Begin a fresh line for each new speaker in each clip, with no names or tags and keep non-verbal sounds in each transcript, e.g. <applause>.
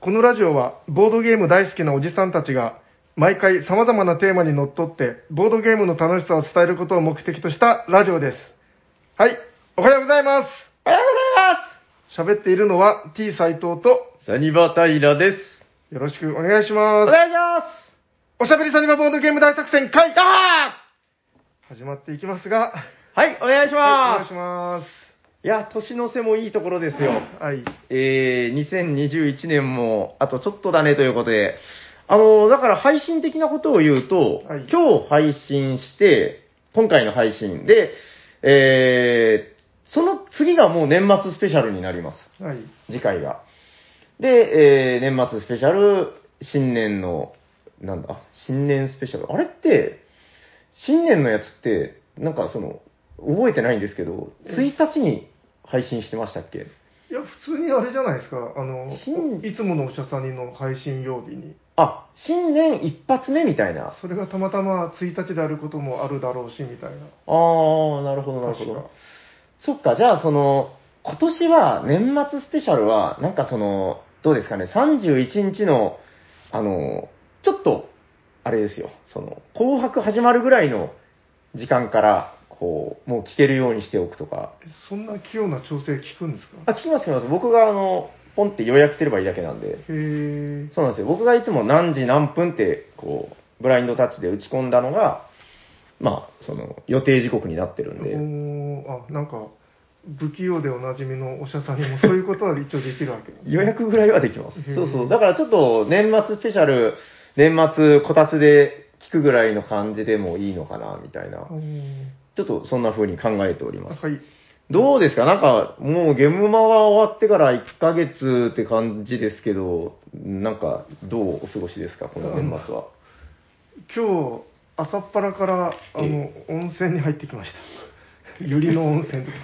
このラジオはボードゲーム大好きなおじさんたちが毎回様々なテーマにのっとってボードゲームの楽しさを伝えることを目的としたラジオです。はい、おはようございます。おはようございます。喋っているのは T 斎藤と
サニバタイラです。
よろしくお願いします。お願いします。おしゃべりサニバボードゲーム大作戦会だ始まっていきますが、
はい、お願いし
はいお願い
ます。
し
い、
ます。
や、年の瀬もいいところですよ。
はい。
えー、2021年もあとちょっとだねということで、あの、だから配信的なことを言うと、
はい
今日配信して、今回の配信で、えー、その次がもう年末スペシャルになります。
はい。
次回が。で、えー、年末スペシャル、新年の、なんだ、新年スペシャル。あれって、新年のやつって、なんかその、覚えてないんですけど、1日に配信してましたっけ
いや、普通にあれじゃないですか。あの、
新
いつものおしゃさにの配信曜日に。
あ、新年一発目みたいな。
それがたまたま1日であることもあるだろうし、みたいな。
あー、なるほど、なるほ
確か
ど。そっか、じゃあその、今年は、年末スペシャルは、なんかその、どうですかね、31日の、あの、ちょっと、あれですよ、その、紅白始まるぐらいの時間から、こう、もう聞けるようにしておくとか。
えそんな器用な調整聞くんですか
あ、聞きます、聞きます。僕が、あの、ポンって予約すればいいだけなんで。
へー。
そうなんですよ。僕がいつも何時何分って、こう、ブラインドタッチで打ち込んだのが、まあ、その、予定時刻になってるんで。
おーあ、なんか、不器用でおなじみのおしゃさにもそういうことは一応できるわけです、
予約ぐらいはできます
へー。
そうそう。だからちょっと年末スペシャル、年末こたつで聞くぐらいの感じでもいいのかな、みたいな
お。ー
ちょっとそんな風に考えております。
はい。
どうですかなんか、もうゲームマは終わってから1ヶ月って感じですけど、なんか、どうお過ごしですかこの年末は。
今日、朝っぱらから、あの、温泉に入ってきま
<laughs>
した。百合の温泉です。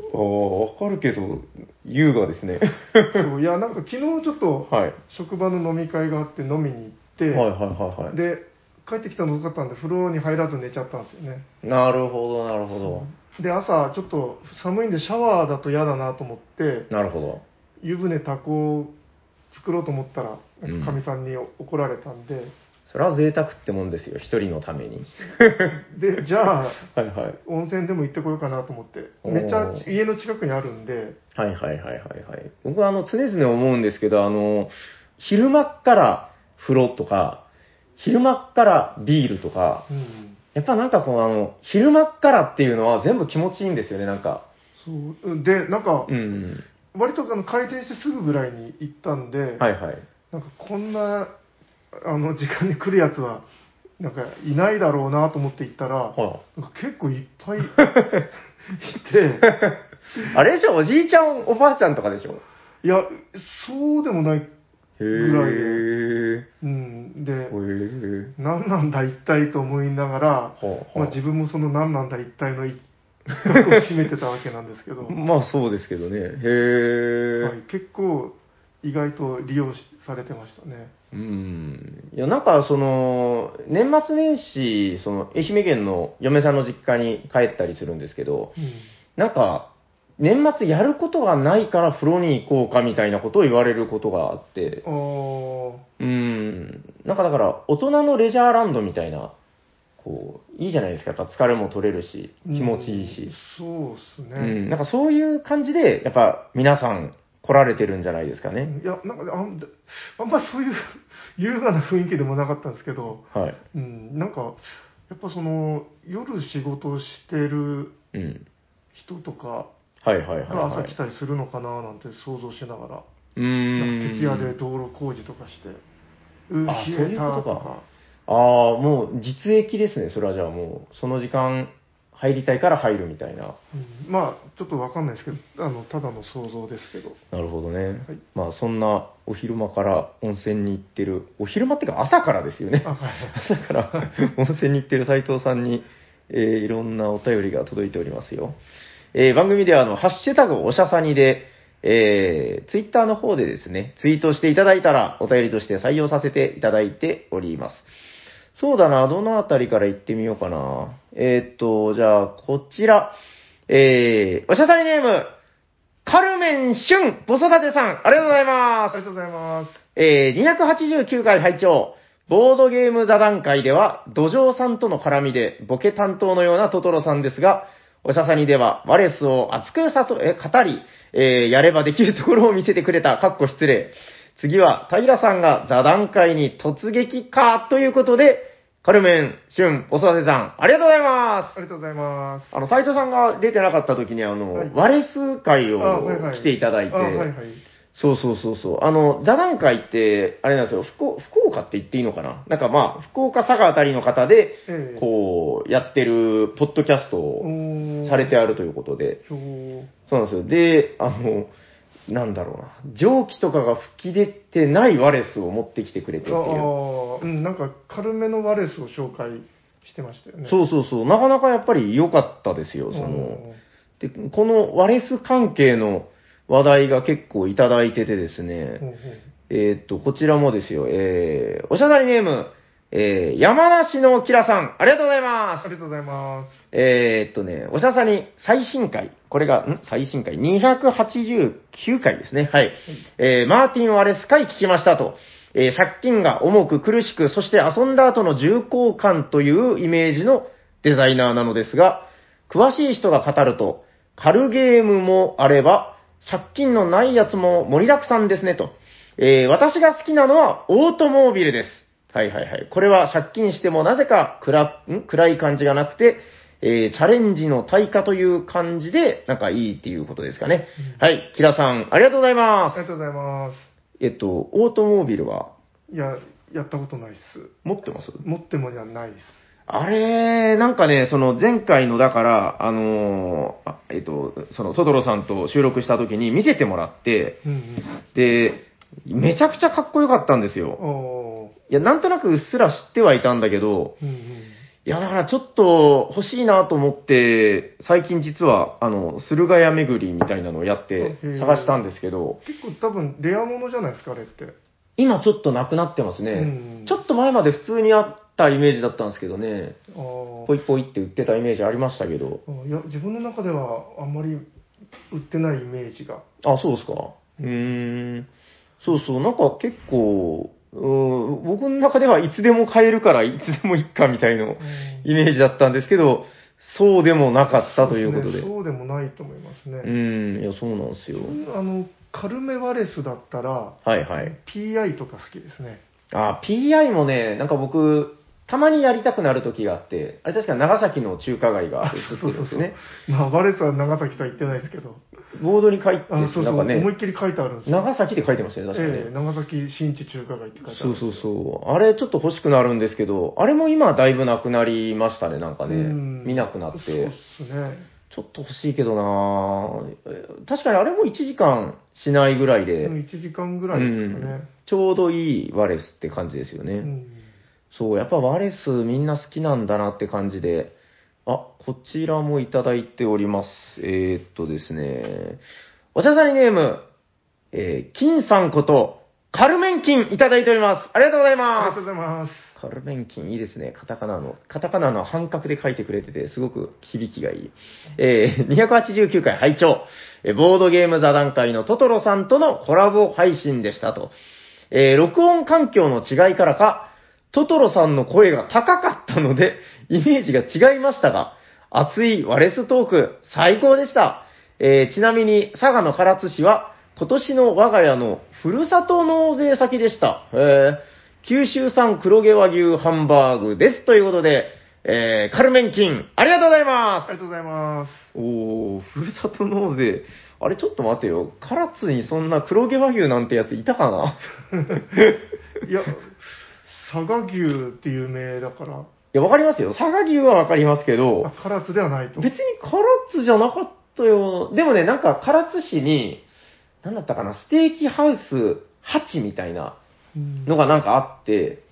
ああ、わかるけど、優雅ですね。
<laughs> そういや、なんか昨日ちょっと、
<laughs> はい。
職場の飲み会があって飲みに行って、
はいはいはいはい。
で帰ってきたの遅かったんで風呂に入らず寝ちゃったんですよね
なるほど、なるほど。
で朝ちょっと寒いんでシャワーだと嫌だなと思って
なるほど。
湯船多幸作ろうと思ったら
うん
かみさんに怒られたんで、
それは贅沢ってもんですよ。一人のために。
でじゃあ
はいはい。
温泉でも行ってこようかなと思って
おー
めっちゃ家の近くにあるんで
はいはいはいはいはい。僕はあの常々思うんですけど、あの、昼間っから風呂とか、昼間っからビールとか、
うん
やっぱなんかこのあの、昼間っからっていうのは全部気持ちいいんですよね、なんか。
そうでなんか
うん。
割とあの開店してすぐぐらいに行ったんで、
はいはい。
なんかこんなあの時間に来るやつはなんかいないだろうなと思って行ったら、
ほ
なんか結構いっ
<laughs>
ぱいいて、
らあれでしょ、おじいちゃん、おばあちゃんとかでしょ。
いや、そうでもない、
へ
ぐらいで
ー。
うん、で、
へえ。
何なんだ一体と思いながら、
はあ、
まあ、
は
自分もその何なんだ一体の一角を占めてたわけなんですけど、
あ、
は
まあそうですけどね。へえ。
い、結構意外と利用しされてましたね。
うんいや、なんか、その、年末年始、その、愛媛県の嫁さんの実家に帰ったりするんですけど、
うん
なんか、年末やることがないから風呂に行こうかみたいなことを言われることがあって、
あー
うん、なんかだから、大人のレジャーランドみたいな、こう、いいじゃないですか。やっぱ疲れも取れるし、気持ちいいし。
うんそうです
う
ね。
ん、なんかそういう感じで、やっぱ皆さん来られてるんじゃないですかね。
いや、なんかねあん、あんまそういう <laughs> 優雅な雰囲気でもなかったんですけど、
はい。
うん、なんか、やっぱその、夜仕事をしてる
うん。
人とか
はいはいはい、
が
は
朝
い。
来たりするのかななんて想像しながら、
う
なん
ん
か徹夜で道路工事とかして、う
あ
冷
そうい
え
う
た
こととか
か、
ああ、もう実益ですね。それはじゃあもう、その時間入りたいから入るみたいな。
うんまあ、ちょっとわかんないですけど、あの、ただの想像ですけ
<laughs>
ど、
なるほどね。
はい
まあそんなお昼間から温泉に行ってる、お昼間っていうか朝からですよね。
あ、はい。
朝から温泉に行ってる斉藤さんに、えーいろんなお便りが届いておりますよ。えー番組ではあの、ハッシュタグおしゃさにで、えー、ツイッターの方でですね、ツイートしていただいたら、お便りとして採用させていただいております。そうだな、どのあたりから行ってみようかな。えーっと、じゃあ、こちら。えー、おしゃさにネーム、カルメン・シュン、子育てさん、ありがとうござい
ありが
ます。
とうございます。
えー、289回拝聴ボードゲーム座談会では、土壌さんとの絡みで、ボケ担当のようなトトロさんですが、おしゃさにでは、ワレスを熱くさと、え、語り、えーやればできるところを見せてくれた、かっこ失礼。次は、平さんが座談会に突撃か、ということで、カルメン、シュン、お育てさん、ありがとうございます
あ。りがとうございます。
あの、斉藤さんが出てなかった時に、あの、
はい
ワレス会を
あはいはい
来ていただいて、
あはいはい。
そうそうそうそう。あの、座談会って、あれなんですよ、福福岡って言っていいのかななんかまあ、福岡佐賀あたりの方で、
ええ
こう、やってる、ポッドキャストを
おー
されてあるということで、
そううん
そうなんですよ。で、あの、なんだろうな、蒸気とかが吹き出てないワレスを持ってきてくれてっていう。
ああ、うん、なんか軽めのワレスを紹介してましたよね。
そうそうそう、なかなかやっぱり良かったですよ、その、で、このワレス関係の話題が結構いただいててですね、
うんうん
えーっと、こちらもですよ、えー、おしゃだりネーム、えー、山梨のキラさん、ありがとうございま
あ
す。
りがとうございます。
えー、っとね、おしゃさに最新回、これが、ん最新回、289回ですね、はい。えー、マーティン・ワレス回聞きましたと。えー、借金が重く苦しく、そして遊んだ後の重厚感というイメージのデザイナーなのですが、詳しい人が語ると、軽ゲームもあれば、借金のないやつも盛りだくさんですねと。えー私が好きなのはオートモービルです。はいはいはい。これは借金してもなぜか暗ん暗い感じがなくて、えーチャレンジの対価という感じで、なんかいいっていうことですかね。はい。キラさん、ありがとうございま
ありがとうございます。
す。えっと、オートモービルはい
や、やったことないっす。
持ってます
持ってもにはないっす。
あれ、なんかね、その前回の、だから、あのーあえっと、その、トトロさんと収録した時に見せてもらって、
うんうん。
で、めちゃくちゃかっこよかったんですよ。
おー
いや、なんとなくうっすら知ってはいたんだけど、
うんうん。
いや、だからちょっと欲しいなと思って、最近実は、あの、駿河屋巡りみたいなのをやって
うん
探したんですけど、
結構多分レアものじゃないですか、あれって。
今ちょっとなくなってますね。
うん
ちょっと前まで普通にあったイメージだったんですけどね、
あー
ポイポイって売ってたイメージありましたけど、
あいや、自分の中ではあんまり売ってないイメージが。
あ、そうですか。うーん。そうそう、なんか結構、うーん僕の中ではいつでも買えるからいつでもいっかみたいなイメージだったんですけど、そうでもなかったということで。
そ
う
うですねそうでもないと思いますね。
ーん、いや、そうなんですよ。
あの、カルメワレスだったら、
はいはい。
PI とか好きですね。
あ、PI もね、なんか僕、たまにやりたくなる時があって、あれ確か長崎の中華街が映ってる
<laughs>
んですね。。
まあ、ワレスは長崎とは言ってないですけど、
ボードに書いて、
あ
な
の
ん
そうそう、
か
思い
ね
っ、きり書いてあるんですよ。
長崎で書いてましたね、確かね。
ええ長崎新地中華街って書いてある。
そうそうそう。あれちょっと欲しくなるんですけど、あれも今だいぶなくなりましたね、なんかね。
ん
見なくなっ。
そうってすね。
ちょっと欲しいけどなぁえ確かにあれも1時間しないぐらいで、
1時間ぐらいですかね。
ちょうどいいワレスって感じですよね。
うん
そう、やっぱワレスみんな好きなんだなって感じで、あ、こちらもいただいております。えー、っとですね、お茶さりネーム、えー、金さんこと、カルメンキンいただいております。ありがとうござい
あり
ま
が
す
とう。ございます。
カルメンキンいいですね。カタカナの、カタカナの半角で書いてくれてて、すごく響きがいい。えー、289回拝聴。えーボードゲーム座談会のトトロさんとのコラボ配信でしたと。えー録音環境の違いからか、トトロさんの声が高かったので、イメージが違いましたが、熱いワレストーク、最高でした。えーちなみに、佐賀の唐津市は、今年の我が家のふるさと納税先でした。えー九州産黒毛和牛ハンバーグです。ということで、えーカルメンキン、ありがとうございま
ありが
す。
とうございます。
おー、ふるさと納税。あれ、ちょっと待てよ。唐津にそんな黒毛和牛なんてやついたかない
や、佐賀牛っていう名だから、
いや、わかりますよ。佐賀牛はわかりますけど
あ、唐津ではないと。
別に唐津じゃなかったよ。でもね、なんか唐津市に、なんだったかな、ステーキハウス8みたいな
うん
のがなんかあって、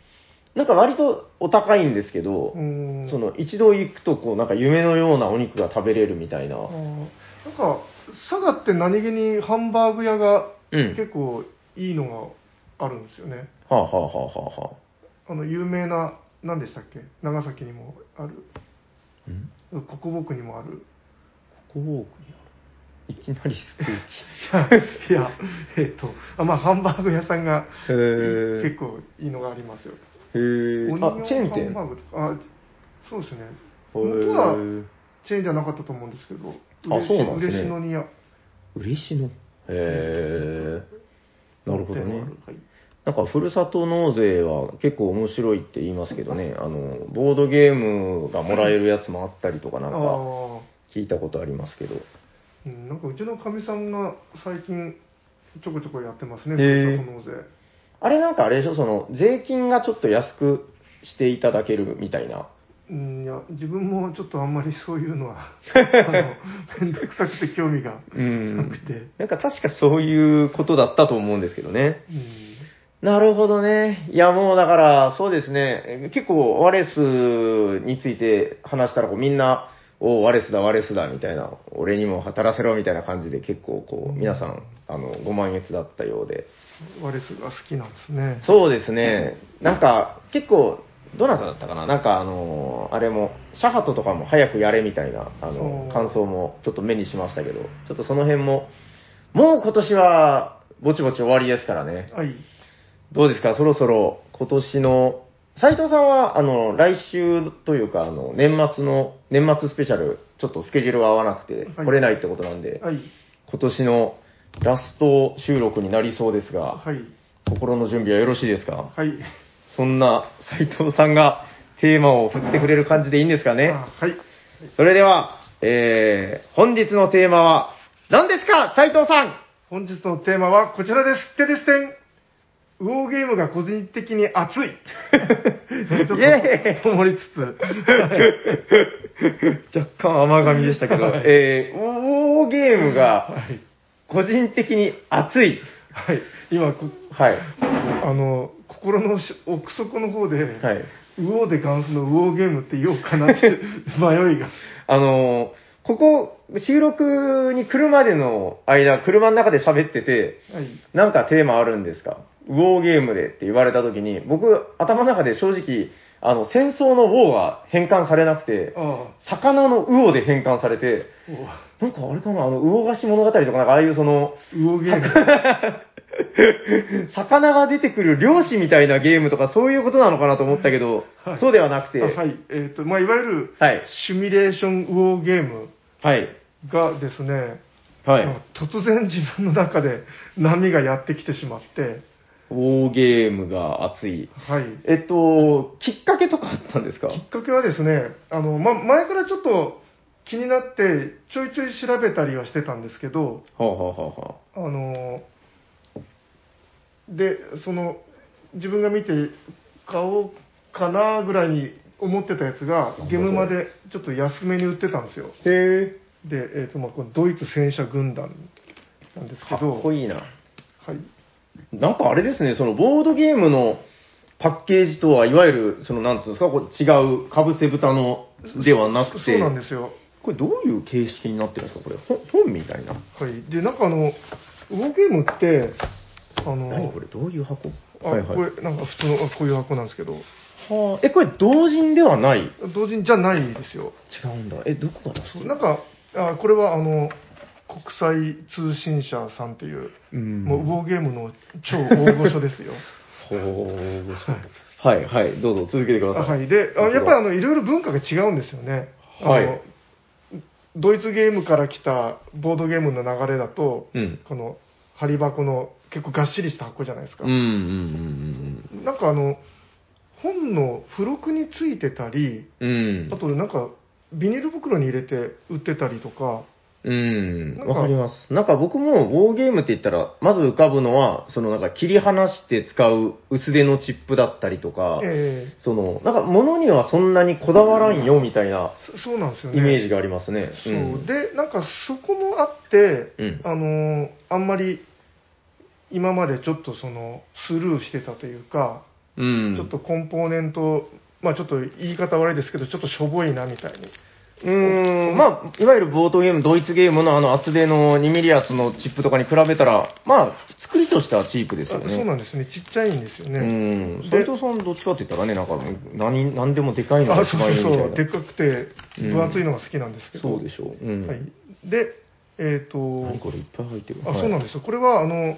なんか割とお高いんですけど
う、ん
その一度行くとこう、なんか夢のようなお肉が食べれるみたいな
あ。ーなんか、佐賀って何気にハンバーグ屋が
うん。
結構いいのがあるんですよね。
はあ、はあはあはあは
あの、有名な、何でしたっけ長崎にもある、
あ、ん
国木にもある。
ここウォークにあいきなりステーキ。
いや、えっと、あまあ、ハンバーグ屋さんが
へー
結構いいのがありますよ。
へ
オニ
ー
オン
あ、チェーン店。
ハンバーグとかあそうですね。
へー
元はチェーンじゃなかったと思うんですけど、
あそうなんですね
嬉野にや。
嬉しの。へえ。なるほどね。
はい
なんか、ふるさと納税は結構面白いって言いますけどね、あの、ボードゲームがもらえるやつもあったりとかなんか、
あ
聞いたことありますけど。
あ、うんなんかうちのかみさんが最近ちょこちょこやってますね、
へー
ふるさと納税。
あれなんかあれでしょ、その、税金がちょっと安くしていただけるみたいな。
うん、いや、自分もちょっとあんまりそういうの
<laughs>
は、あの、めんどくさくて興味が
うん
なくて。
なんか確かそういうことだったと思うんですけどね。
うん。
なるほどね。いや、もうだから、そうですね。え結構、ワレスについて話したら、こうみんな、おワレスだ、ワレスだ、みたいな、俺にも働せろ、みたいな感じで、結構、こう、皆さん、あの、ご満悦だったようで。
ワレスが好きなんですね。
そうですね。なんか、結構、どなただったかななんか、あのーあれも、シャハトとかも早くやれみたいな、あ
お
の
ー、
感想もちょっと目にしましたけど、ちょっとその辺も、もう今年は、ぼちぼち終わりですからね。
はい。
どうですかそろそろ、今年の、斉藤さんは、あの、来週というか、あの、年末の、年末スペシャル、ちょっとスケジュールが合わなくて、
はい
来れないってことなんで、
はい。
今年のラスト収録になりそうですが、
はい。
心の準備はよろしいですか
はい。
そんな斉藤さんがテーマを振ってくれる感じでいいんですかね
あはい。
それでは、えー、本日のテーマは、何ですか斉藤さん
本日のテーマはこちらです。テレステン。ウォーゲームが個人的に熱い。ちょっ
<laughs> イエーイ
と、ともりつつ。
<laughs> 若干甘噛みでしたけど、えー、ウォーゲームが
はい。
個人的に熱い。
はい。今、こ
はい。
あの、心のし奥底の方で、
はい。
ウオーでガンスのウオーゲームって言おうかなって迷いが。
あのーここ、収録に来るまでの間、車の中で喋ってて、
はい。
なんかテーマあるんですかウォーゲームでって言われた時に、僕、頭の中で正直、あの、戦争のウォーが変換されなくて、
あ
魚のウオで変換されて、
あ。
なんかあれかな、あの、魚菓子物語とか、なんかああいうその、
ウオーゲーム。
<laughs> 魚が出てくる漁師みたいなゲームとか、そういうことなのかなと思ったけど、
はい
そうではなくて、
あはい。えっ、と、まあ、いわゆる、
はい。
シミュレーションウォーゲーム
はい。
がですね、
はい。
まあ突然自分の中で波がやってきてしまって、
ウォーゲームが熱い。
はい。
えっと、きっかけとかあったんですか
きっかけはですね、あの、ま、前からちょっと気になって、ちょいちょい調べたりはしてたんですけど、
はあ、はあはあは
あの、で、その、自分が見て買おうかなぐらいに思ってたやつが、ゲームまでちょっと安めに売ってたんですよ。
あ、へえ。
で、えっ、と、まあ、このドイツ戦車軍団なんですけ
か
ど、
っこいいな。
はい。
なんかあれですね、そのボードゲームのパッケージとはいわゆる、その、なんつうんですか、こう違う、かぶせ豚のではなくて、
そうなんですよ。
これどういう形式になってるんですか、これ。ほ本みたいな。
はい。で、なんかあの、ウォーゲームって、あ
何
の
こ、れ、どういう箱
あ、
はいはい。
これ、なんか普通の、あこういう箱なんですけど、
はあえ、これ、同人ではない違
同人じゃないですよ。
うんだ。え、どこが出す
そうなんか、あこれはあの、国際通信社さんっていう、
うん
もうウォーゲームの超大御所ですよ。
ほうはい、 <laughs> はい、どうぞ続けてくだ
あ
さい。
はい。で、あやっぱりあの、いろいろ文化が違うんですよね。あの
はい
ドイツゲームから来たボードゲームの流れだと、
うん
この、張り箱の結構がっしりした箱じゃないですか。
うん、うん、うん
なんかあの、本の付録についてたり、
うん、うん。
あとなんか、ビニール袋に入れて売ってたりとか、
うん
な、んか
わかります。なんか僕も、ウォーゲームって言ったら、まず浮かぶのは、そのなんか切り離して使う薄手のチップだったりとか、
え
その、なんか物にはそんなにこだわらんよみたいな
ーそそうなんですよね。
イメージがありますね。
そう
うん
で、なんかそこもあって、
うん
あのーあんまり今までちょっとそのスルーしてたというか、
うん。
ちょっとコンポーネント、まあちょっと言い方悪いですけど、ちょっとしょぼいなみたいに。
うーん、まあ、いわゆるボートゲーム、ドイツゲームのあの厚手の2ミリ厚のチップとかに比べたら、まあ、作りとしてはチープですよ
あ
ね。
そうなんですね、ちっちゃいんですよね。
うん。
で
斉藤さんどっちかって言ったらね、なんか、何、何でもでかいのが
あ
一
そう
番いいみた
そう
い
そう、
な。
でっかくて分厚いのが好きなんですけど、
そうでしょう。うん。
はい、で、えっ、と、
何これいっぱい入ってる。。
あ、そうなんですすよ。これは、あの、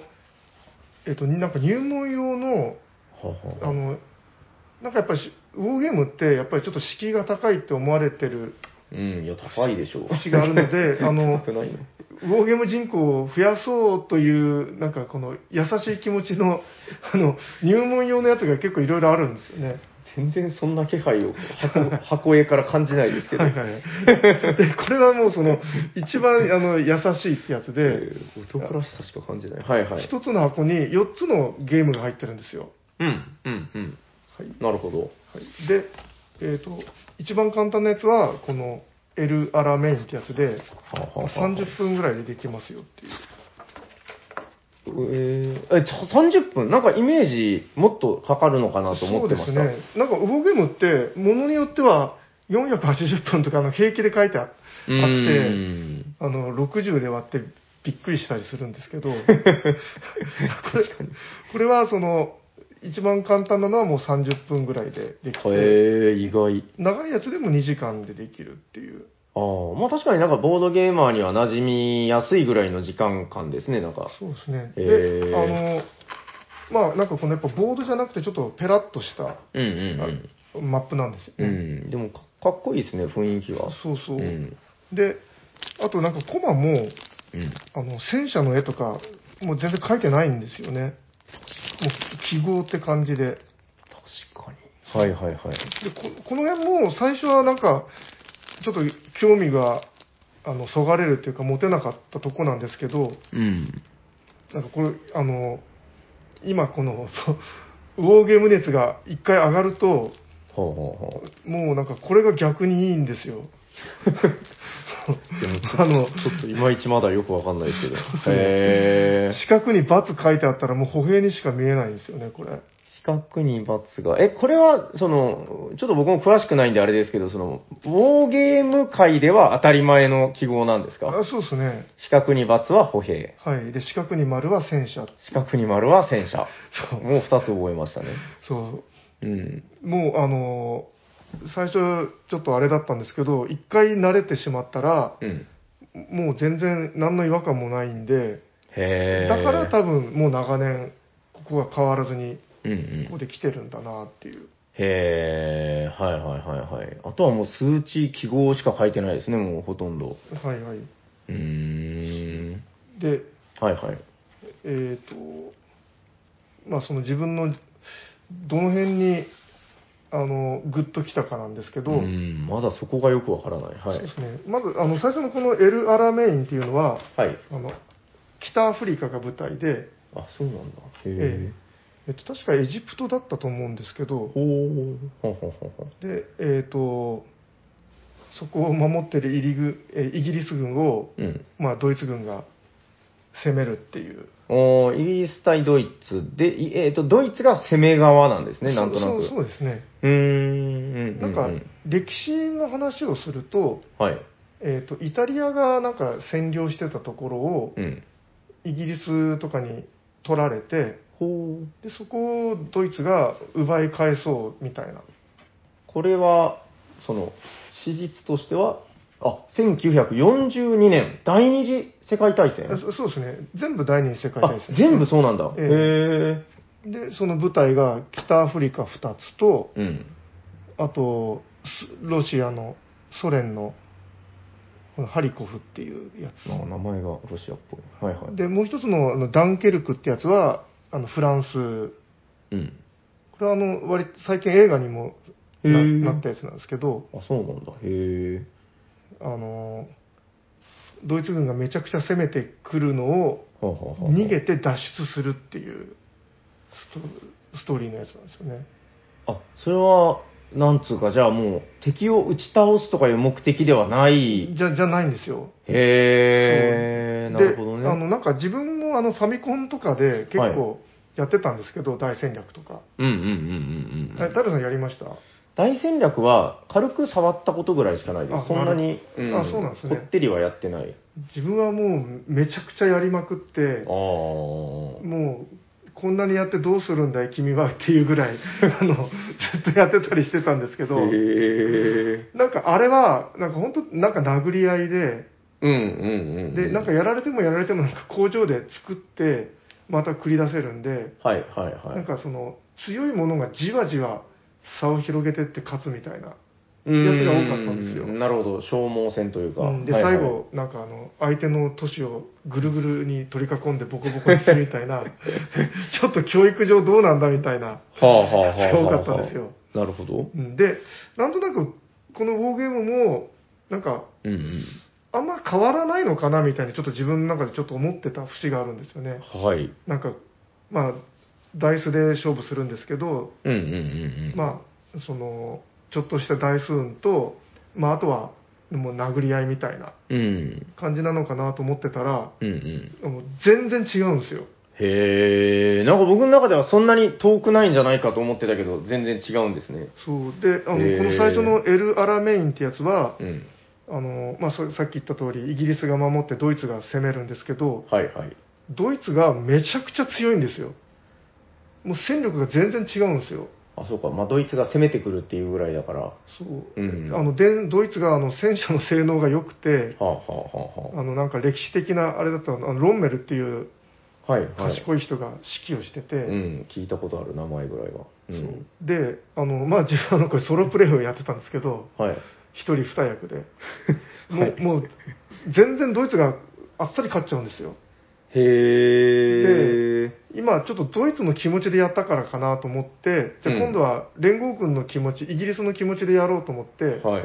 えっ、と、なんか入門用の、
はあ
あ
はあ
の、なんかやっぱり、ウォーゲームって、やっぱりちょっと敷居が高いって思われてる
うん、いや、高いでしょう。
節があるの <laughs> で、あの
<laughs> 高、くないの
ウォーゲーム人口を増やそうという、なんかこの優しい気持ちの、あの、入門用のやつが結構いろいろあるんですよね。
全然そんな気配を箱箱絵から感じないですけど。
はいはいはい。で、これはもうその、一番あの、優しいってやつ
え
で、
ー男らしさしか感じない。はいはい。
一つの箱に4つのゲームが入ってるんですよ。
うん、うん、うん。
はい。
なるほど。
はい、で、えっ、と、一番簡単なやつは、この、エル・アラメインってやつで、
はあはあはあ
30分ぐらいでできますよっていう。
えーえ、ちょ30分なんかイメージもっとかかるのかなと思ってました。
そうですね。なんか、ウォーゲームって、ものによっては、480分とかあの平気で書いてああって、
うーん
あの、60で割ってびっくりしたりするんですけど、
<laughs>
これこれはその、一番簡単なのはもう30分ぐらいでできて、
へえ、意外。
長いやつでも2時間でできるっていう。
ああ、まあ確かになんかボードゲーマーには馴染みやすいぐらいの時間感ですね、なんか。
そうですね。
へ
で、
ー
あの、まあなんかこのやっぱボードじゃなくてちょっとペラッとした
うんうん
マップなんですよ
うん。う
ね。
ん、でもかかっこいいですね、雰囲気は。
そうそう。
うん。
で、あとなんかコマも、
うん。
あの、戦車の絵とか、もう全然描いてないんですよね。もう記号って感じで。
確かに。はいはいはい。
でここの辺も最初はなんかちょっと興味があのそがれるというか持てなかったとこなんですけど
うん。
なんかこれあの今このウォーゲーム熱が一回上がると
ほうほうほう。
もうなんかこれが逆にいいんですよ
でもちょっと
あの
ちょっといまいちまだよくわかんないですけど。
<laughs>
へえ。
四角に×書いてあったらもう歩兵にしか見えないんですよねこれ
四角に×が。え、これは、その、ちょっと僕も詳しくないんであれですけど、その、ウォーゲーム界では当たり前の記号なんです
あ
か
そうですね
四角に×は歩兵。
はいで四角に丸は戦車
四角に丸は戦車。
そう
もう二つ覚えましたね。
そう
うん。
もうあのー最初ちょっとあれだったんですけど一回慣れてしまったら
うん。
もう全然何の違和感もないんで
へえ。
だから多分もう長年ここが変わらずに
うんう
ここ
ん。
で来てるんだなっていう
へえ、はいはいはいはい。あとはもう数値記号しか書いてないですね、もうほとんど。
はいはいう
ーん。
で
はいはい。
えっ、とまあその自分のどの辺にあのグッときたかなんですけど、
うん、まだそこがよくわからない。
そ
は
う
い
で。すね、まずあの最初のこのエル・アラメインっていうのは
はい。
あの北アフリカが舞台で
あ、そうなんだ。へ
えええっと、確かエジプトだったと思うんですけど、
ほう。ほうほうほうほう。
でえっとそこを守ってるイリグえイギリス軍を、
うん。
まあ、ドイツ軍が攻めるっていう、
おーイギリス対ドイツで、いえっ、と、ドイツが攻め側なんですね、なんとなく。
そうそうそうですね、
うーん。
なんか
うう
歴史の話をすると,、
はい。
えっとイタリアがなんか占領してたところを
うん。
イギリスとかに取られて
ほう。
でそこをドイツが奪い返そうみたいな
これは、その、史実としては、あ、1942年、第二次世界大戦。
そそうですね全部第二次世界大
あ
戦、
全部そうなんだ。
え
へ
え
え。
でその部隊が北アフリカ2つと
うん。
あとスロシアのソ連のこのハリコフっていうや
なんか名前がロシアっぽい。はいはい。
つでもう一つのあのダンケルクってやつはあのフランス
うん。
これはあの割最近映画にも
へー
ななったやつなんですけど
あ、そうなんだ。へえ。
あのドイツ軍がめちゃくちゃ攻めてくるのを
はあはあはあはあ
逃げて脱出するっていうストストーリーのやつなんですよね
あ、それは、なんつうか、じゃあもう、敵を打ち倒すとかいう目的ではない。
じゃじゃないんですよ
へー、な
で
るほどね。
あのなんか自分もあのファミコンとかで結
はい
構やってたんですけど、大戦略とか、
うんうんうんうんう
え
ん。
タルさんやりました
大戦略は、軽く触ったことぐらいしかないで
あ
す。そんなに、
なるほどあそうなんですね
こってりはやってない。
自分はもうめちゃくちゃやりまくっ
あ
て
あ。は
もうこんなにやってどうするんだい君はっていうぐらい <laughs> あのずっとやってたりしてたんですけど
へー
なんかあれはなんか本当なんか殴り合いで
ううんうんうん。
で、なんかやられてもやられてもなんか工場で作って、また繰り出せるんで、
はいはいはい。
なんかその強いものがじわじわ差を広げてって勝つみたいな。
うーん、
やつが多かったんですよ
なるほど、消耗戦というか。
うん、で、
はいはい
最後、なんかあの、相手の都市をぐるぐるに取り囲んでボコボコにするみたい
<laughs>
な、ちょっと教育上どうなんだみたいな。
はあはあはあはあはあ
多かったですよ。
なるほど。
うんで、なんとなく、このウォーゲームも、なんか、
うんうん。
あんま変わらないのかなみたいに、ちょっと自分の中でちょっと思ってた節があるんですよね。
はい。
なんか、まあ、ダイスで勝負するんですけど、
うんうんうんうん。
まあ、その、ちょっとしたダイス運と、まあ、あとは、もう殴り合いみたいな
うん。
感じなのかなと思ってたら、
うんうん。
もう全然違うんですよ。
へえ、なんか僕の中ではそんなに遠くないんじゃないかと思ってたけど、全然違うんですね。
そう。で、あの、
へー
この最初のエル・アラメインってやつは
う、ん。
あの、まあ、そさっき言った通り、イギリスが守ってドイツが攻めるんですけど、
はいはい。
ドイツがめちゃくちゃ強いんですよ。もう戦力が全然違うんですよ。
あ、そうか。まあ、ドイツが攻めてくるっていうぐらいだから。は
そう。
うん
あの、でドイツがあの戦車の性能が良くて、
あはあはあは
あの、なんか歴史的な、あれだったのあのロンメルっていう
あ。はいはい。
賢い人が指揮をしてて、
うん、聞いたことある名前ぐらいは。う
そ
ん。
うで、あの、まあ、自分はあのこれソロプレイをやってたんですけど、
はい。
一人二役
<laughs>
で。もう、
はい
もう、全然ドイツがあっさり勝っちゃうんですよ。
へえ。
今ちょっとドイツの気持ちでやったからかなと思って、じゃあ
うん
今度は連合軍の気持ち、イギリスの気持ちでやろうと思って、
はい。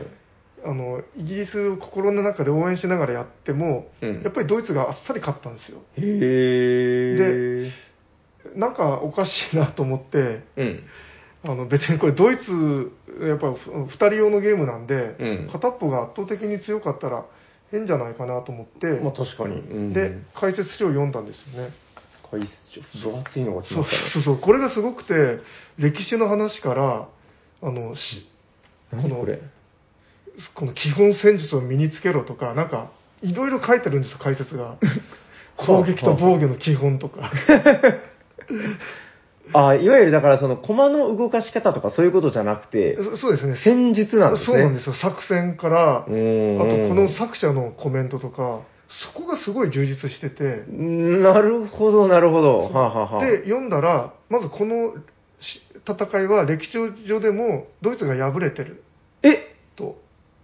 あの、イギリスを心の中で応援しながらやっても、
うん
やっぱりドイツがあっさり勝ったんですよ。
へえ。
なんかおかしいなと思って、
うん。
あの別にこれドイツ、やっぱ2人用のゲームなんで、
うん
片っぽが圧倒的に強かったら変じゃないかなと思って、
まあ確かに。うん、
で、解説書を読んだんですよね。
解説書。分厚いのが来
そう
ましたね。
そうそう、これがすごくて、歴史の話から、あの、し
何これ。
この基本戦術を身につけろとか、なんか、いろいろ書いてるんですよ、解説
<laughs>
が。攻撃と防御の基本とか。
あ、いわゆるだからその駒の動かし方とかそういうことじゃなくて、
そそうですね。
戦術なんですね。
そうなんですよ、作戦から、あと
う
こ
ん
の作者のコメントとか、そこがすごい充実してて、
なるほど、なるほど。はあ、はあはあ、
で、読んだら、まずこのし戦いは歴史上でもドイツが敗れてる
え、
と。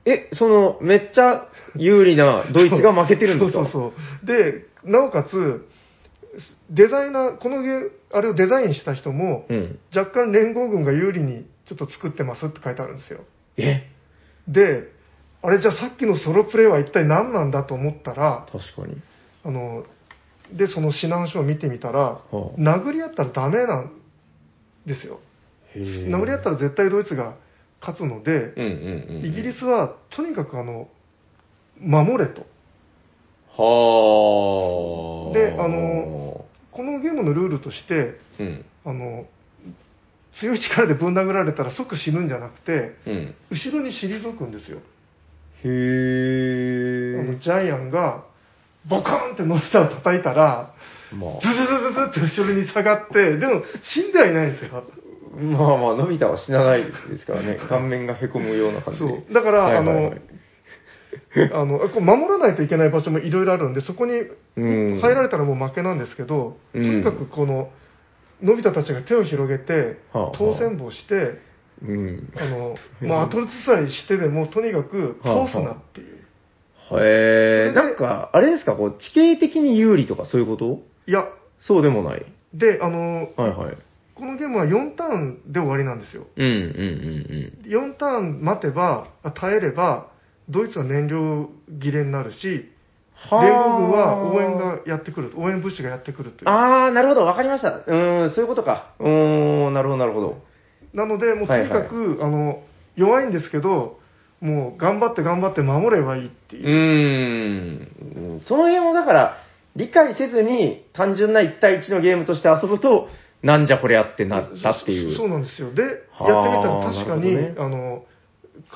え、その、めっちゃ有利なドイツが負けてるんです
そ
か
うそうそう。で、なおかつ、デザイナー、このゲーあれをデザインした人も、
うん。
若干連合軍が有利にちょっと作ってますって書いてあるんですよ。
え、
で、あれじゃあさっきのソロプレイは一体何なんだと思ったら、
確かに。
あの、で、その指南書を見てみたら、
はあ
殴り合ったらダメなんですよ。
へえ
殴り合ったら絶対ドイツが勝つので、
うんうんうん。
イギリスはとにかくあの、守れと。
はあ。
であの、このゲームのルールとして、
うん。
あの、強い力でぶん殴られたら即死ぬんじゃなくて、
うん。
後ろに退くんですよ。あの
へえ。
ジャイアンが、ボコーンってノリタを叩いたら、
ま
ズズズズズって後ろに下がって、でも死んではいないんですよ。
あ、まあまあ、のび太は死なないですか
<laughs>
らね。顔面がへこむような感じ。
そう。だから、
はいはいはい
あの、あの、こう守らないといけない場所もいろいろあるんで、そこに
うん
入られたらもう負けなんですけど、
うん
とにかくこの、のび太たちが手を広げて
はあはあ、
当選棒して、
うん。
あの、もう後ずさりしてでも、とにかく通すなっていう。
へ
それで
え。なんか、あれですか、こう、地形的に有利とかそういうこと
いや、
そうでもない。
で、あの、
はいはい。
このゲームは4ターンで終わりなんですよ。
うんうん
4ターン待てば、あ耐えれば、ドイツは燃料切れになるし、
はあ
連合軍は応援がやってくる、応援物資がやってくると
う
い
ん。
う。
ああ、なるほど、わかりました。うーん、そういうことか。うーん、なるほど、なるほど。
なので、もうとにかく、あの、弱いんですけど、もう頑張って頑張って守ればいいって
う
いう。
ーん。その辺をだから、理解せずに単純な1対1のゲームとして遊ぶと、なんじゃこりゃってなったっていう。
そそうなんですよ。で、やってみ
はあ
たら確かに、
なるほ
あの、